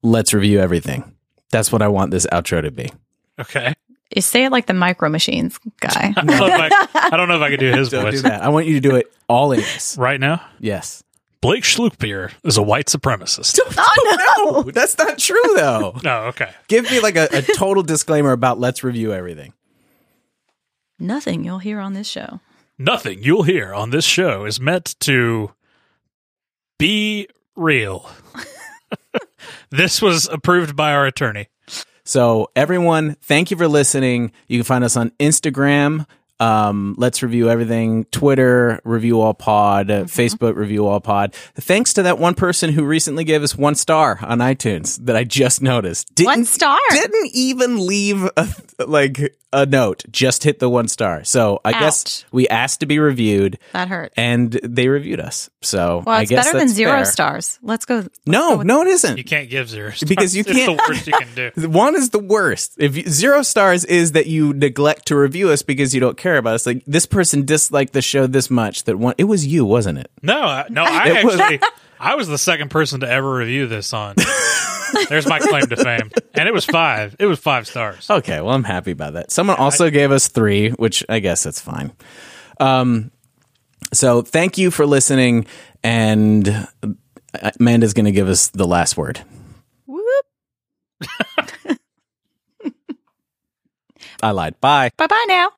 B: let's review everything. That's what I want this outro to be.
A: Okay.
C: You say it like the micro machines guy.
A: I don't know if I, I don't know if I could do his
B: Don't do
A: voice
B: that. I want you to do it all in this.
A: right now.
B: Yes.
A: Blake Schlupier is a white supremacist.
C: oh no!
B: That's not true though.
A: No, okay.
B: Give me like a, a total disclaimer about let's review everything.
C: Nothing you'll hear on this show.
A: Nothing you'll hear on this show is meant to be real. this was approved by our attorney.
B: So everyone, thank you for listening. You can find us on Instagram. Um, let's review everything. Twitter, review all pod,
C: Mm-hmm.
B: uh Facebook, review all pod. Thanks to that one person who recently gave us one star on iTunes that I just noticed. Didn't,
C: One star?
B: Didn't even leave a, like a note. Just hit the one star. So I guess
C: Ouch.
B: we asked to be reviewed
C: That hurt.
B: and they reviewed us. So
C: Well,
B: I
C: it's
B: guess
C: better than
B: that's
C: zero
B: fair.
C: stars. Let's go.
B: No, no, it isn't.
A: You can't give zero stars.
B: Because you
A: It's
B: can't-
A: the worst you can do.
B: One is the worst. If you, zero stars is that you neglect to review us because you don't care about us. Like this person disliked the show this much that one. It was you, wasn't it?
A: No, I, no, I
B: It was-
A: actually, I was the second person to ever review this on. There's my claim to fame, and it was five. It was five stars.
B: Okay, well I'm happy about that. Someone also gave us three, which I guess that's fine. Um, so thank you for listening, and uh, Amanda's going to give us the last word.
C: Whoop.
B: I lied. Bye.
C: Bye bye now.